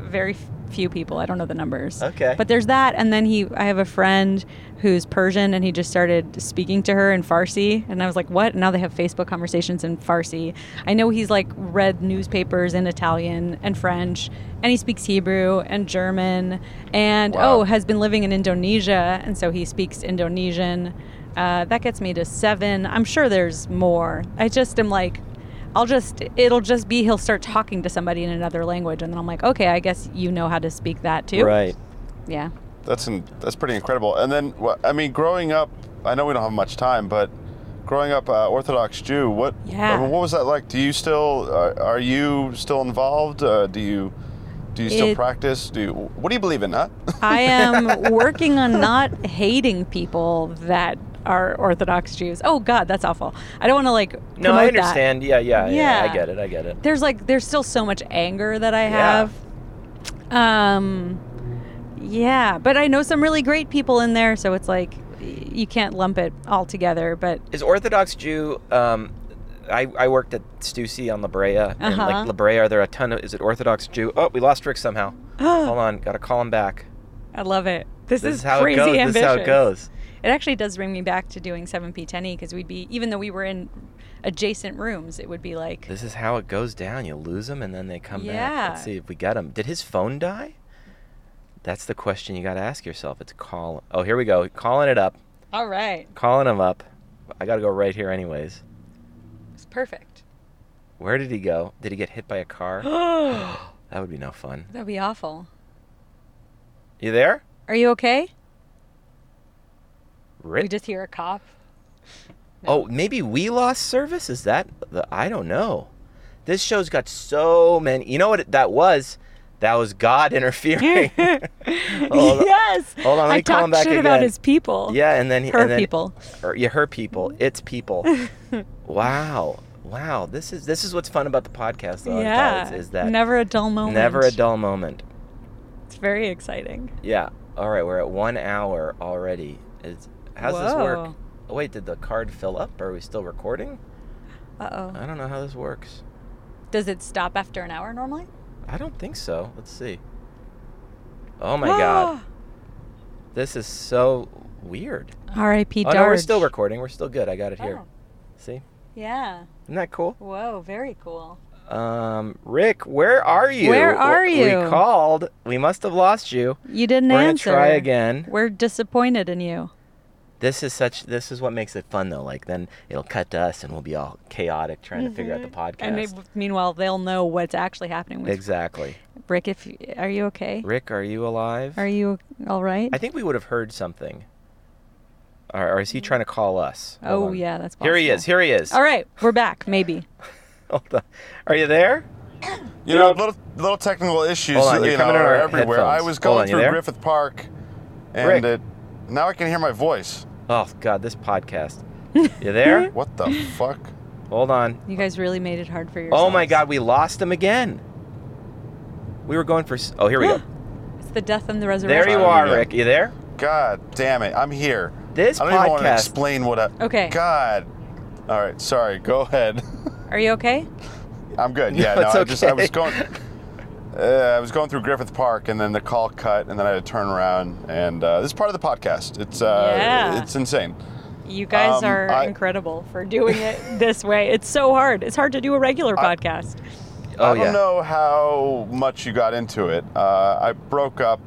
Speaker 3: very f- few people. I don't know the numbers.
Speaker 2: Okay.
Speaker 3: But there's that, and then he. I have a friend who's Persian, and he just started speaking to her in Farsi, and I was like, "What?" And now they have Facebook conversations in Farsi. I know he's like read newspapers in Italian and French, and he speaks Hebrew and German, and
Speaker 2: Wow.
Speaker 3: oh, has been living in Indonesia, and so he speaks Indonesian. Uh, that gets me to seven. I'm sure there's more. I just am like, I'll just, it'll just be he'll start talking to somebody in another language. And then I'm like, okay, I guess you know how to speak that too. Yeah.
Speaker 1: That's in, that's pretty incredible. And then, wh- I mean, growing up, I know we don't have much time, but growing up uh, Orthodox Jew, what
Speaker 3: Yeah.
Speaker 1: I mean, what was that like? Do you still are, are you still involved? Uh, do you do you still
Speaker 3: It-
Speaker 1: practice? Do you, what do you believe in? Huh?
Speaker 3: I am working on not hating people that are Orthodox Jews. Oh, God, that's awful. I don't want to like.
Speaker 2: No, I
Speaker 3: promote that.
Speaker 2: understand. Yeah, yeah, yeah,
Speaker 3: Yeah.
Speaker 2: I get it. I get it.
Speaker 3: there's like there's still so much anger that I
Speaker 2: Yeah.
Speaker 3: have. Um yeah, but I know some really great people in there, so it's like y- you can't lump it all together, but
Speaker 2: Is Orthodox Jew? Um, I, I worked at Stussy on La Brea, and
Speaker 3: Uh-huh.
Speaker 2: like La Brea, are there a ton of? Is it Orthodox Jew? Oh, we lost Rick somehow. Hold on, gotta call him back.
Speaker 3: I love it. This,
Speaker 2: This
Speaker 3: is,
Speaker 2: is how it
Speaker 3: crazy
Speaker 2: goes.
Speaker 3: ambitious.
Speaker 2: This is how it goes.
Speaker 3: It actually does bring me back to doing 7P10E because E, we'd be even though we were in adjacent rooms, it would be like
Speaker 2: This is how it goes down. You lose them, and then they come back.
Speaker 3: Yeah.
Speaker 2: Let's see if we got him. Did his phone die? That's the question you gotta ask yourself. It's call. Oh, here we go. Calling it up.
Speaker 3: all right,
Speaker 2: Calling him up. I gotta go right here, anyways.
Speaker 3: it's perfect.
Speaker 2: Where did he go? Did he get hit by a car? that would be no fun.
Speaker 3: That'd be awful.
Speaker 2: You there?
Speaker 3: Are you okay?
Speaker 2: Rick?
Speaker 3: We just hear a cop.
Speaker 2: Oh, maybe we lost service? Is that the I don't know. This show's got so many. You know what that was? That was God interfering. Hold on.
Speaker 3: yes.
Speaker 2: hold on, let
Speaker 3: I
Speaker 2: me call him
Speaker 3: talked
Speaker 2: back
Speaker 3: shit about
Speaker 2: again.
Speaker 3: his people.
Speaker 2: Yeah, and then
Speaker 3: Her
Speaker 2: and then,
Speaker 3: people.
Speaker 2: Or yeah, her people. It's people. wow, wow. This is this is what's fun about the podcast, though. I thought,
Speaker 3: yeah.
Speaker 2: is, is that
Speaker 3: never a dull moment?
Speaker 2: never a dull moment.
Speaker 3: It's very exciting.
Speaker 2: Yeah. All right, we're at one hour already. It's how's this work?
Speaker 3: Whoa.
Speaker 2: Oh, wait, did the card fill up? Are we still recording?
Speaker 3: Uh oh.
Speaker 2: I don't know how this works.
Speaker 3: Does it stop after an hour normally?
Speaker 2: I don't think so. Let's see. Oh
Speaker 3: Ah.
Speaker 2: my god. This is so weird.
Speaker 3: R.I.P.
Speaker 2: Oh no, we're
Speaker 3: Darge.
Speaker 2: still recording. We're still good. I got it here.
Speaker 3: Oh.
Speaker 2: See?
Speaker 3: Yeah.
Speaker 2: Isn't that cool?
Speaker 3: Whoa. Very cool.
Speaker 2: Um, Rick, where are you?
Speaker 3: Where are
Speaker 2: W- We
Speaker 3: you?
Speaker 2: called. We must have lost you.
Speaker 3: You didn't
Speaker 2: We're
Speaker 3: answer.
Speaker 2: gonna try again.
Speaker 3: We're disappointed in you.
Speaker 2: This is such. This is what makes it fun, though. Like then it'll cut to us, and we'll be all chaotic trying to figure out the podcast.
Speaker 3: Mm-hmm. And they, meanwhile, they'll know what's actually happening with
Speaker 2: exactly.
Speaker 3: Rick. If you- are you okay?
Speaker 2: Rick, are you alive?
Speaker 3: Are you all right?
Speaker 2: I think we would have heard something. Or, or is he trying to call us? Hold
Speaker 3: oh
Speaker 2: on.
Speaker 3: yeah, that's possible.
Speaker 2: Here he is. Here he is.
Speaker 3: All right, we're back. Maybe.
Speaker 2: Hold on. Are you there?
Speaker 1: You know, little little technical issues
Speaker 2: Hold on, you're
Speaker 1: you know
Speaker 2: coming in
Speaker 1: are
Speaker 2: our
Speaker 1: everywhere. I
Speaker 2: headphones.
Speaker 1: was
Speaker 2: Hold
Speaker 1: going
Speaker 2: on, you
Speaker 1: through
Speaker 2: there?
Speaker 1: Griffith Park,
Speaker 2: Rick.
Speaker 1: and it, now I can hear my voice.
Speaker 2: Oh God, this podcast. You there?
Speaker 1: What the fuck?
Speaker 2: Hold on.
Speaker 3: You guys really made it hard for yourselves.
Speaker 2: Oh my God, we lost him again. We were going for. s- Oh, here we go.
Speaker 3: It's the death and the resurrection.
Speaker 2: there you
Speaker 1: Fine,
Speaker 2: are,
Speaker 1: yeah.
Speaker 2: Rick. You there?
Speaker 1: God damn it! I'm here.
Speaker 2: This
Speaker 1: I don't even want to
Speaker 2: podcast-
Speaker 1: explain what I.
Speaker 3: Okay.
Speaker 1: God. All right. Sorry. Go ahead.
Speaker 3: Are you okay?
Speaker 1: I'm good. Yeah, no,
Speaker 2: it's
Speaker 1: I just I was
Speaker 2: okay.
Speaker 1: going uh, I was going through Griffith Park and then the call cut and then I had to turn around and uh, this is part of the podcast. It's uh,
Speaker 3: Yeah.
Speaker 1: it's insane.
Speaker 3: You guys
Speaker 1: Um,
Speaker 3: are
Speaker 1: I-
Speaker 3: incredible for doing it this way. It's so hard. It's hard to do a regular
Speaker 1: I-
Speaker 3: podcast.
Speaker 2: Oh
Speaker 1: I don't
Speaker 2: yeah.
Speaker 1: know how much you got into it. Uh, I broke up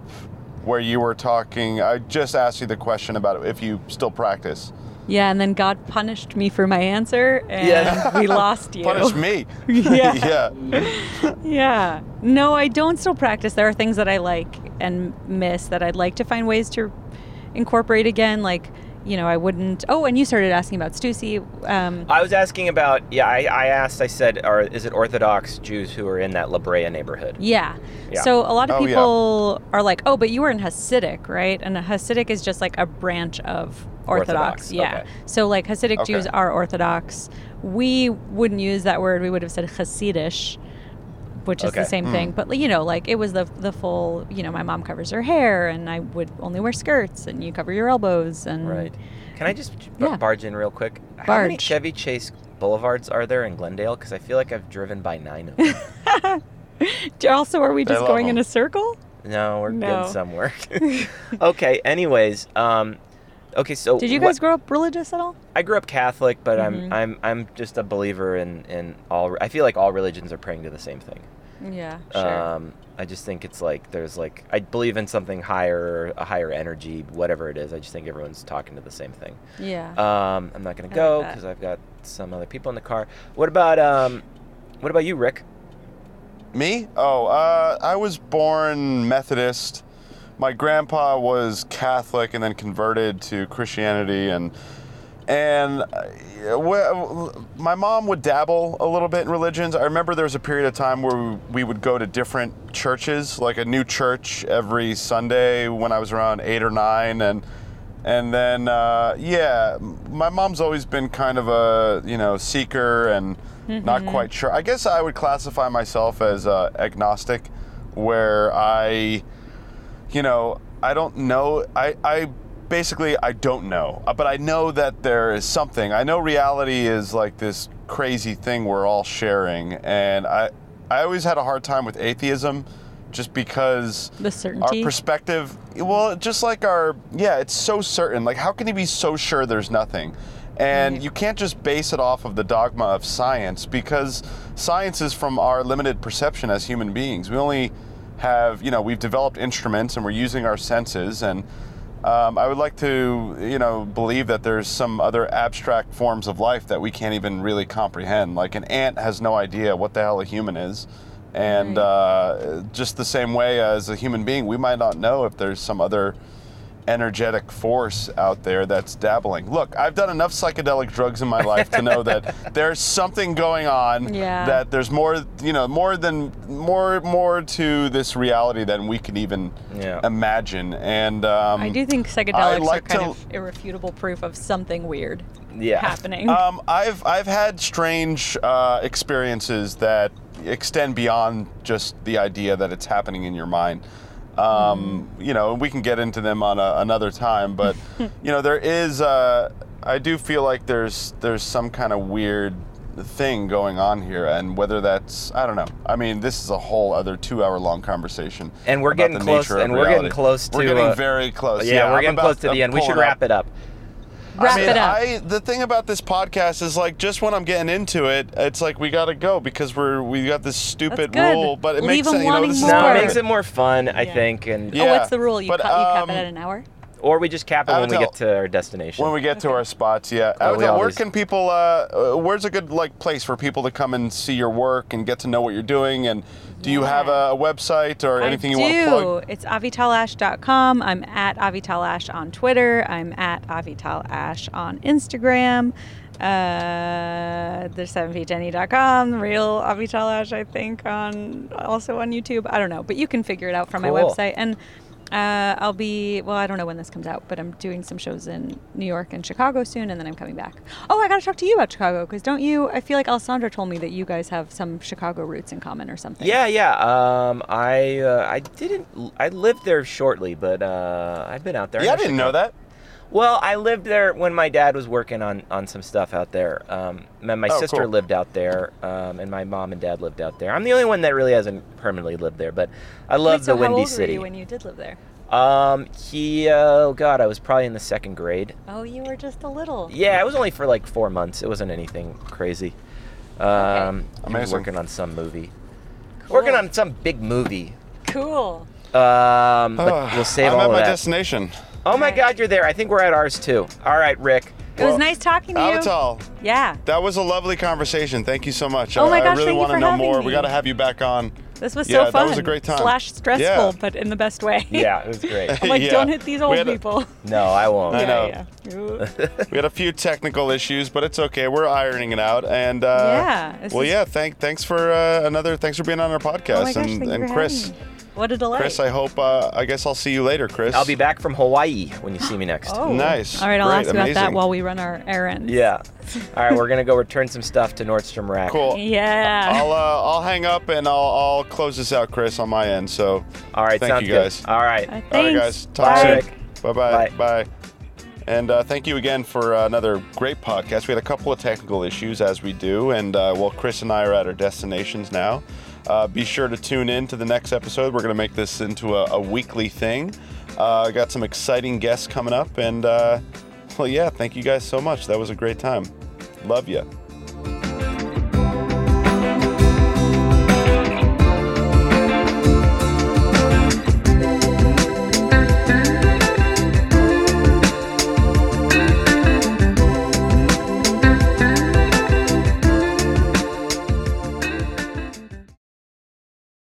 Speaker 1: where you were talking. I just asked you the question about if you still practice.
Speaker 3: Yeah, and then God punished me for my answer, and we lost you.
Speaker 1: Punish me.
Speaker 3: Yeah.
Speaker 1: yeah.
Speaker 3: Yeah. No, I don't still practice. There are things that I like and miss that I'd like to find ways to incorporate again. Like, you know, I wouldn't. Oh, and you started asking about Stussy. Um,
Speaker 2: I was asking about. Yeah, I, I asked. I said, "Are is it Orthodox Jews who are in that La Brea neighborhood?"
Speaker 3: Yeah.
Speaker 2: Yeah.
Speaker 3: So a lot of
Speaker 1: Oh, yeah.
Speaker 3: people are like, "Oh, but you were in Hasidic, right?" And a Hasidic is just like a branch of
Speaker 2: Orthodox,
Speaker 3: Orthodox. yeah.
Speaker 2: okay.
Speaker 3: So like Hasidic
Speaker 1: Okay.
Speaker 3: Jews are Orthodox. We wouldn't use that word. We would have said Hasidish. which is
Speaker 2: Okay.
Speaker 3: the same
Speaker 1: Hmm.
Speaker 3: thing. But you know, like it was the the full. You know, my mom covers her hair, and I would only wear skirts, and you cover your elbows, and
Speaker 2: Right. Can I just b-
Speaker 3: Mm. Yeah.
Speaker 2: barge in real quick? How many
Speaker 3: Barge.
Speaker 2: Chevy Chase boulevards are there in Glendale? Because I feel like I've driven by nine of them.
Speaker 3: Do- Also, are we
Speaker 1: I
Speaker 3: just
Speaker 1: love
Speaker 3: going in
Speaker 1: them.
Speaker 3: a circle?
Speaker 2: no, we're
Speaker 3: No.
Speaker 2: good somewhere. okay. Anyways, um, okay. So
Speaker 3: Did you
Speaker 2: what-
Speaker 3: guys Mm-hmm. grow up religious at all?
Speaker 2: I grew up Catholic, but I'm I'm I'm just a believer in in all. I feel like all religions are praying to the same thing.
Speaker 3: Yeah,
Speaker 2: Um, I just think it's like there's like I believe in something higher, a higher energy, whatever it is. I just think everyone's talking to the same thing.
Speaker 3: yeah.
Speaker 2: Um, I'm not gonna
Speaker 3: I like
Speaker 2: go
Speaker 3: that.
Speaker 2: because I've got some other people in the car. What about um, what about you, Rick?
Speaker 1: Me? Oh, uh, I was born Methodist. My grandpa was Catholic and then converted to Christianity, and and uh, well, my mom would dabble a little bit in religions. I remember there was a period of time where we would go to different churches, like a new church every Sunday when I was around eight or nine, and and then uh, yeah, my mom's always been kind of a you know seeker and not quite sure. I guess I would classify myself as uh, agnostic, where I you know, I don't know. I, I basically I don't know, Uh, but I know that there is something. I know reality is like this crazy thing we're all sharing, and I I always had a hard time with atheism, just because
Speaker 3: The certainty?
Speaker 1: our perspective. Well, just like our yeah, it's so certain. Like how can you be so sure there's nothing? And you can't just base it off of the dogma of science because science is from our limited perception as human beings. We only have, you know, we've developed instruments and we're using our senses. And um, I would like to, you know, believe that there's some other abstract forms of life that we can't even really comprehend. Like an ant has no idea what the hell a human is. And uh, just the same way as a human being, we might not know if there's some other energetic force out there that's dabbling. Look, I've done enough psychedelic drugs in my life to know that there's something going on.
Speaker 3: Yeah.
Speaker 1: That there's more, you know, more than more more to this reality than we can even
Speaker 2: Yeah.
Speaker 1: imagine. And um,
Speaker 3: I do think
Speaker 1: I
Speaker 3: psychedelics
Speaker 1: like
Speaker 3: are kind
Speaker 1: to-
Speaker 3: of irrefutable proof of something weird
Speaker 2: Yeah.
Speaker 3: happening.
Speaker 1: Um, I've I've had strange uh, experiences that extend beyond just the idea that it's happening in your mind. Um,
Speaker 3: Mm-hmm.
Speaker 1: You know, we can get into them on a, another time, but you know, there is. Uh, I do feel like there's there's some kind of weird thing going on here, and whether that's I don't know. I mean, this is a whole other two hour long conversation.
Speaker 2: And we're
Speaker 1: about
Speaker 2: getting
Speaker 1: the
Speaker 2: close-
Speaker 1: nature of
Speaker 2: and we're getting
Speaker 1: reality.
Speaker 2: close
Speaker 1: We're
Speaker 2: to,
Speaker 1: getting
Speaker 2: uh,
Speaker 1: very close.
Speaker 2: yeah, we're
Speaker 1: I'm
Speaker 2: getting
Speaker 1: about-
Speaker 2: close to
Speaker 1: I'm
Speaker 2: the end. We should
Speaker 1: pulling
Speaker 2: wrap it up.
Speaker 3: Wrap
Speaker 1: I mean,
Speaker 3: it up.
Speaker 1: I, the thing about this podcast is like just when I'm getting into it, it's like we gotta go because we're we got this stupid
Speaker 3: good.
Speaker 1: rule, but it
Speaker 3: Leave
Speaker 1: makes
Speaker 3: 'em
Speaker 1: sense. You know,
Speaker 3: wanting
Speaker 1: this is
Speaker 3: more.
Speaker 2: No,
Speaker 1: part
Speaker 2: it
Speaker 1: of
Speaker 2: makes it more fun, I
Speaker 3: Yeah.
Speaker 2: think, and
Speaker 1: Yeah.
Speaker 3: Oh, what's the rule? You,
Speaker 1: but,
Speaker 3: cut, you cap
Speaker 1: um,
Speaker 3: it at an hour?
Speaker 2: or we just cap it when we
Speaker 1: Avatel.
Speaker 2: get to our destination.
Speaker 1: When we get to our spots, yeah.
Speaker 2: Well, we
Speaker 1: Avatar, where
Speaker 2: always-
Speaker 1: can people? Uh, uh, where's a good like place for people to come and see your work and get to know what you're doing? And do you have a, a website or anything
Speaker 3: I
Speaker 1: you
Speaker 3: do.
Speaker 1: want to plug?
Speaker 3: It's avitalash.com. I'm at avitalash on Twitter. I'm at avitalash on Instagram. Uh, there's 7feetjenny.com, real avitalash, I think, on also on YouTube. I don't know, but you can figure it out from my
Speaker 2: Cool.
Speaker 3: website. And uh, I'll be well. I don't know when this comes out, but I'm doing some shows in New York and Chicago soon, and then I'm coming back. Oh, I gotta talk to you about Chicago because don't you? I feel like Alessandra told me that you guys have some Chicago roots in common or something.
Speaker 2: yeah, yeah. Um, I uh, I didn't. I lived there shortly, but uh, I've been out there.
Speaker 1: Yeah, I
Speaker 2: actually
Speaker 1: didn't know that.
Speaker 2: Well, I lived there when my dad was working on, on some stuff out there. Um, and my
Speaker 1: Oh,
Speaker 2: sister
Speaker 1: cool.
Speaker 2: lived out there, um, and my mom and dad lived out there. I'm the only one that really hasn't permanently lived there, but I love
Speaker 3: Wait,
Speaker 2: the
Speaker 3: so how
Speaker 2: windy
Speaker 3: old Were
Speaker 2: city.
Speaker 3: you when you did live there?
Speaker 2: um, he, oh God, I was probably in the second grade.
Speaker 3: Oh, you were just a little.
Speaker 2: Yeah, it was only for like four months. It wasn't anything crazy. Um, he was
Speaker 1: Amazing.
Speaker 2: working on some movie, working
Speaker 3: Cool.
Speaker 2: on some big movie.
Speaker 3: Cool.
Speaker 2: Um, but
Speaker 1: Ugh,
Speaker 2: we'll save
Speaker 1: Ah, I'm
Speaker 2: all
Speaker 1: at
Speaker 2: of
Speaker 1: my
Speaker 2: that.
Speaker 1: destination.
Speaker 2: oh my
Speaker 3: Alright.
Speaker 2: God, you're there! I think we're at ours too. All right, Rick.
Speaker 3: It was nice talking to you.
Speaker 1: Avatar,
Speaker 3: Yeah,
Speaker 1: that was a lovely conversation. Thank you so much.
Speaker 3: Oh
Speaker 1: I,
Speaker 3: my
Speaker 1: I
Speaker 3: gosh,
Speaker 1: really
Speaker 3: thank you
Speaker 1: want to
Speaker 3: for
Speaker 1: know
Speaker 3: having
Speaker 1: more. We
Speaker 3: me.
Speaker 1: got to have you back on.
Speaker 3: this was
Speaker 1: Yeah,
Speaker 3: so
Speaker 1: that
Speaker 3: fun.
Speaker 1: was a great time.
Speaker 3: Slash stressful,
Speaker 1: Yeah.
Speaker 3: but in the best way.
Speaker 2: Yeah, it was great.
Speaker 3: I'm like,
Speaker 1: Yeah.
Speaker 3: don't hit these
Speaker 1: We
Speaker 3: old
Speaker 1: had a-
Speaker 3: people.
Speaker 2: No, I won't.
Speaker 1: I know.
Speaker 3: yeah, yeah. Ooh. Oh
Speaker 1: We had a few technical issues, but it's okay. We're ironing it out. And uh,
Speaker 3: Yeah, this
Speaker 1: well,
Speaker 3: is-
Speaker 1: yeah. Thank, thanks for uh, another. Thanks for being on our podcast.
Speaker 3: oh my gosh,
Speaker 1: and
Speaker 3: thank you
Speaker 1: and
Speaker 3: for
Speaker 1: Chris,
Speaker 3: having me. What a delight.
Speaker 1: Chris, I hope. Uh, I guess I'll see you later, Chris.
Speaker 2: I'll be back from Hawaii when you see me next.
Speaker 3: Oh.
Speaker 1: Nice.
Speaker 3: All right, I'll
Speaker 1: Great,
Speaker 3: ask about that
Speaker 1: amazing.
Speaker 3: while we run our errands.
Speaker 2: Yeah. All right, we're gonna go return some stuff to Nordstrom Rack.
Speaker 1: Cool.
Speaker 3: Yeah.
Speaker 1: I'll uh, I'll hang up and I'll I'll close this out, Chris, on my end. So
Speaker 2: All right,
Speaker 1: thank
Speaker 2: sounds
Speaker 1: you guys.
Speaker 2: good. All right.
Speaker 3: Uh,
Speaker 1: All right,
Speaker 3: thanks.
Speaker 1: guys. Talk
Speaker 3: Bye.
Speaker 1: soon.
Speaker 2: Rick.
Speaker 1: Bye bye.
Speaker 2: Bye.
Speaker 1: Bye. And uh, thank you again for uh, another great podcast. We had a couple of technical issues, as we do, and uh, well, Chris and I are at our destinations now. Uh, be sure to tune in to the next episode. We're going to make this into a, a weekly thing. Uh, got some exciting guests coming up, and uh, well, yeah, thank you guys so much. That was a great time. Love you.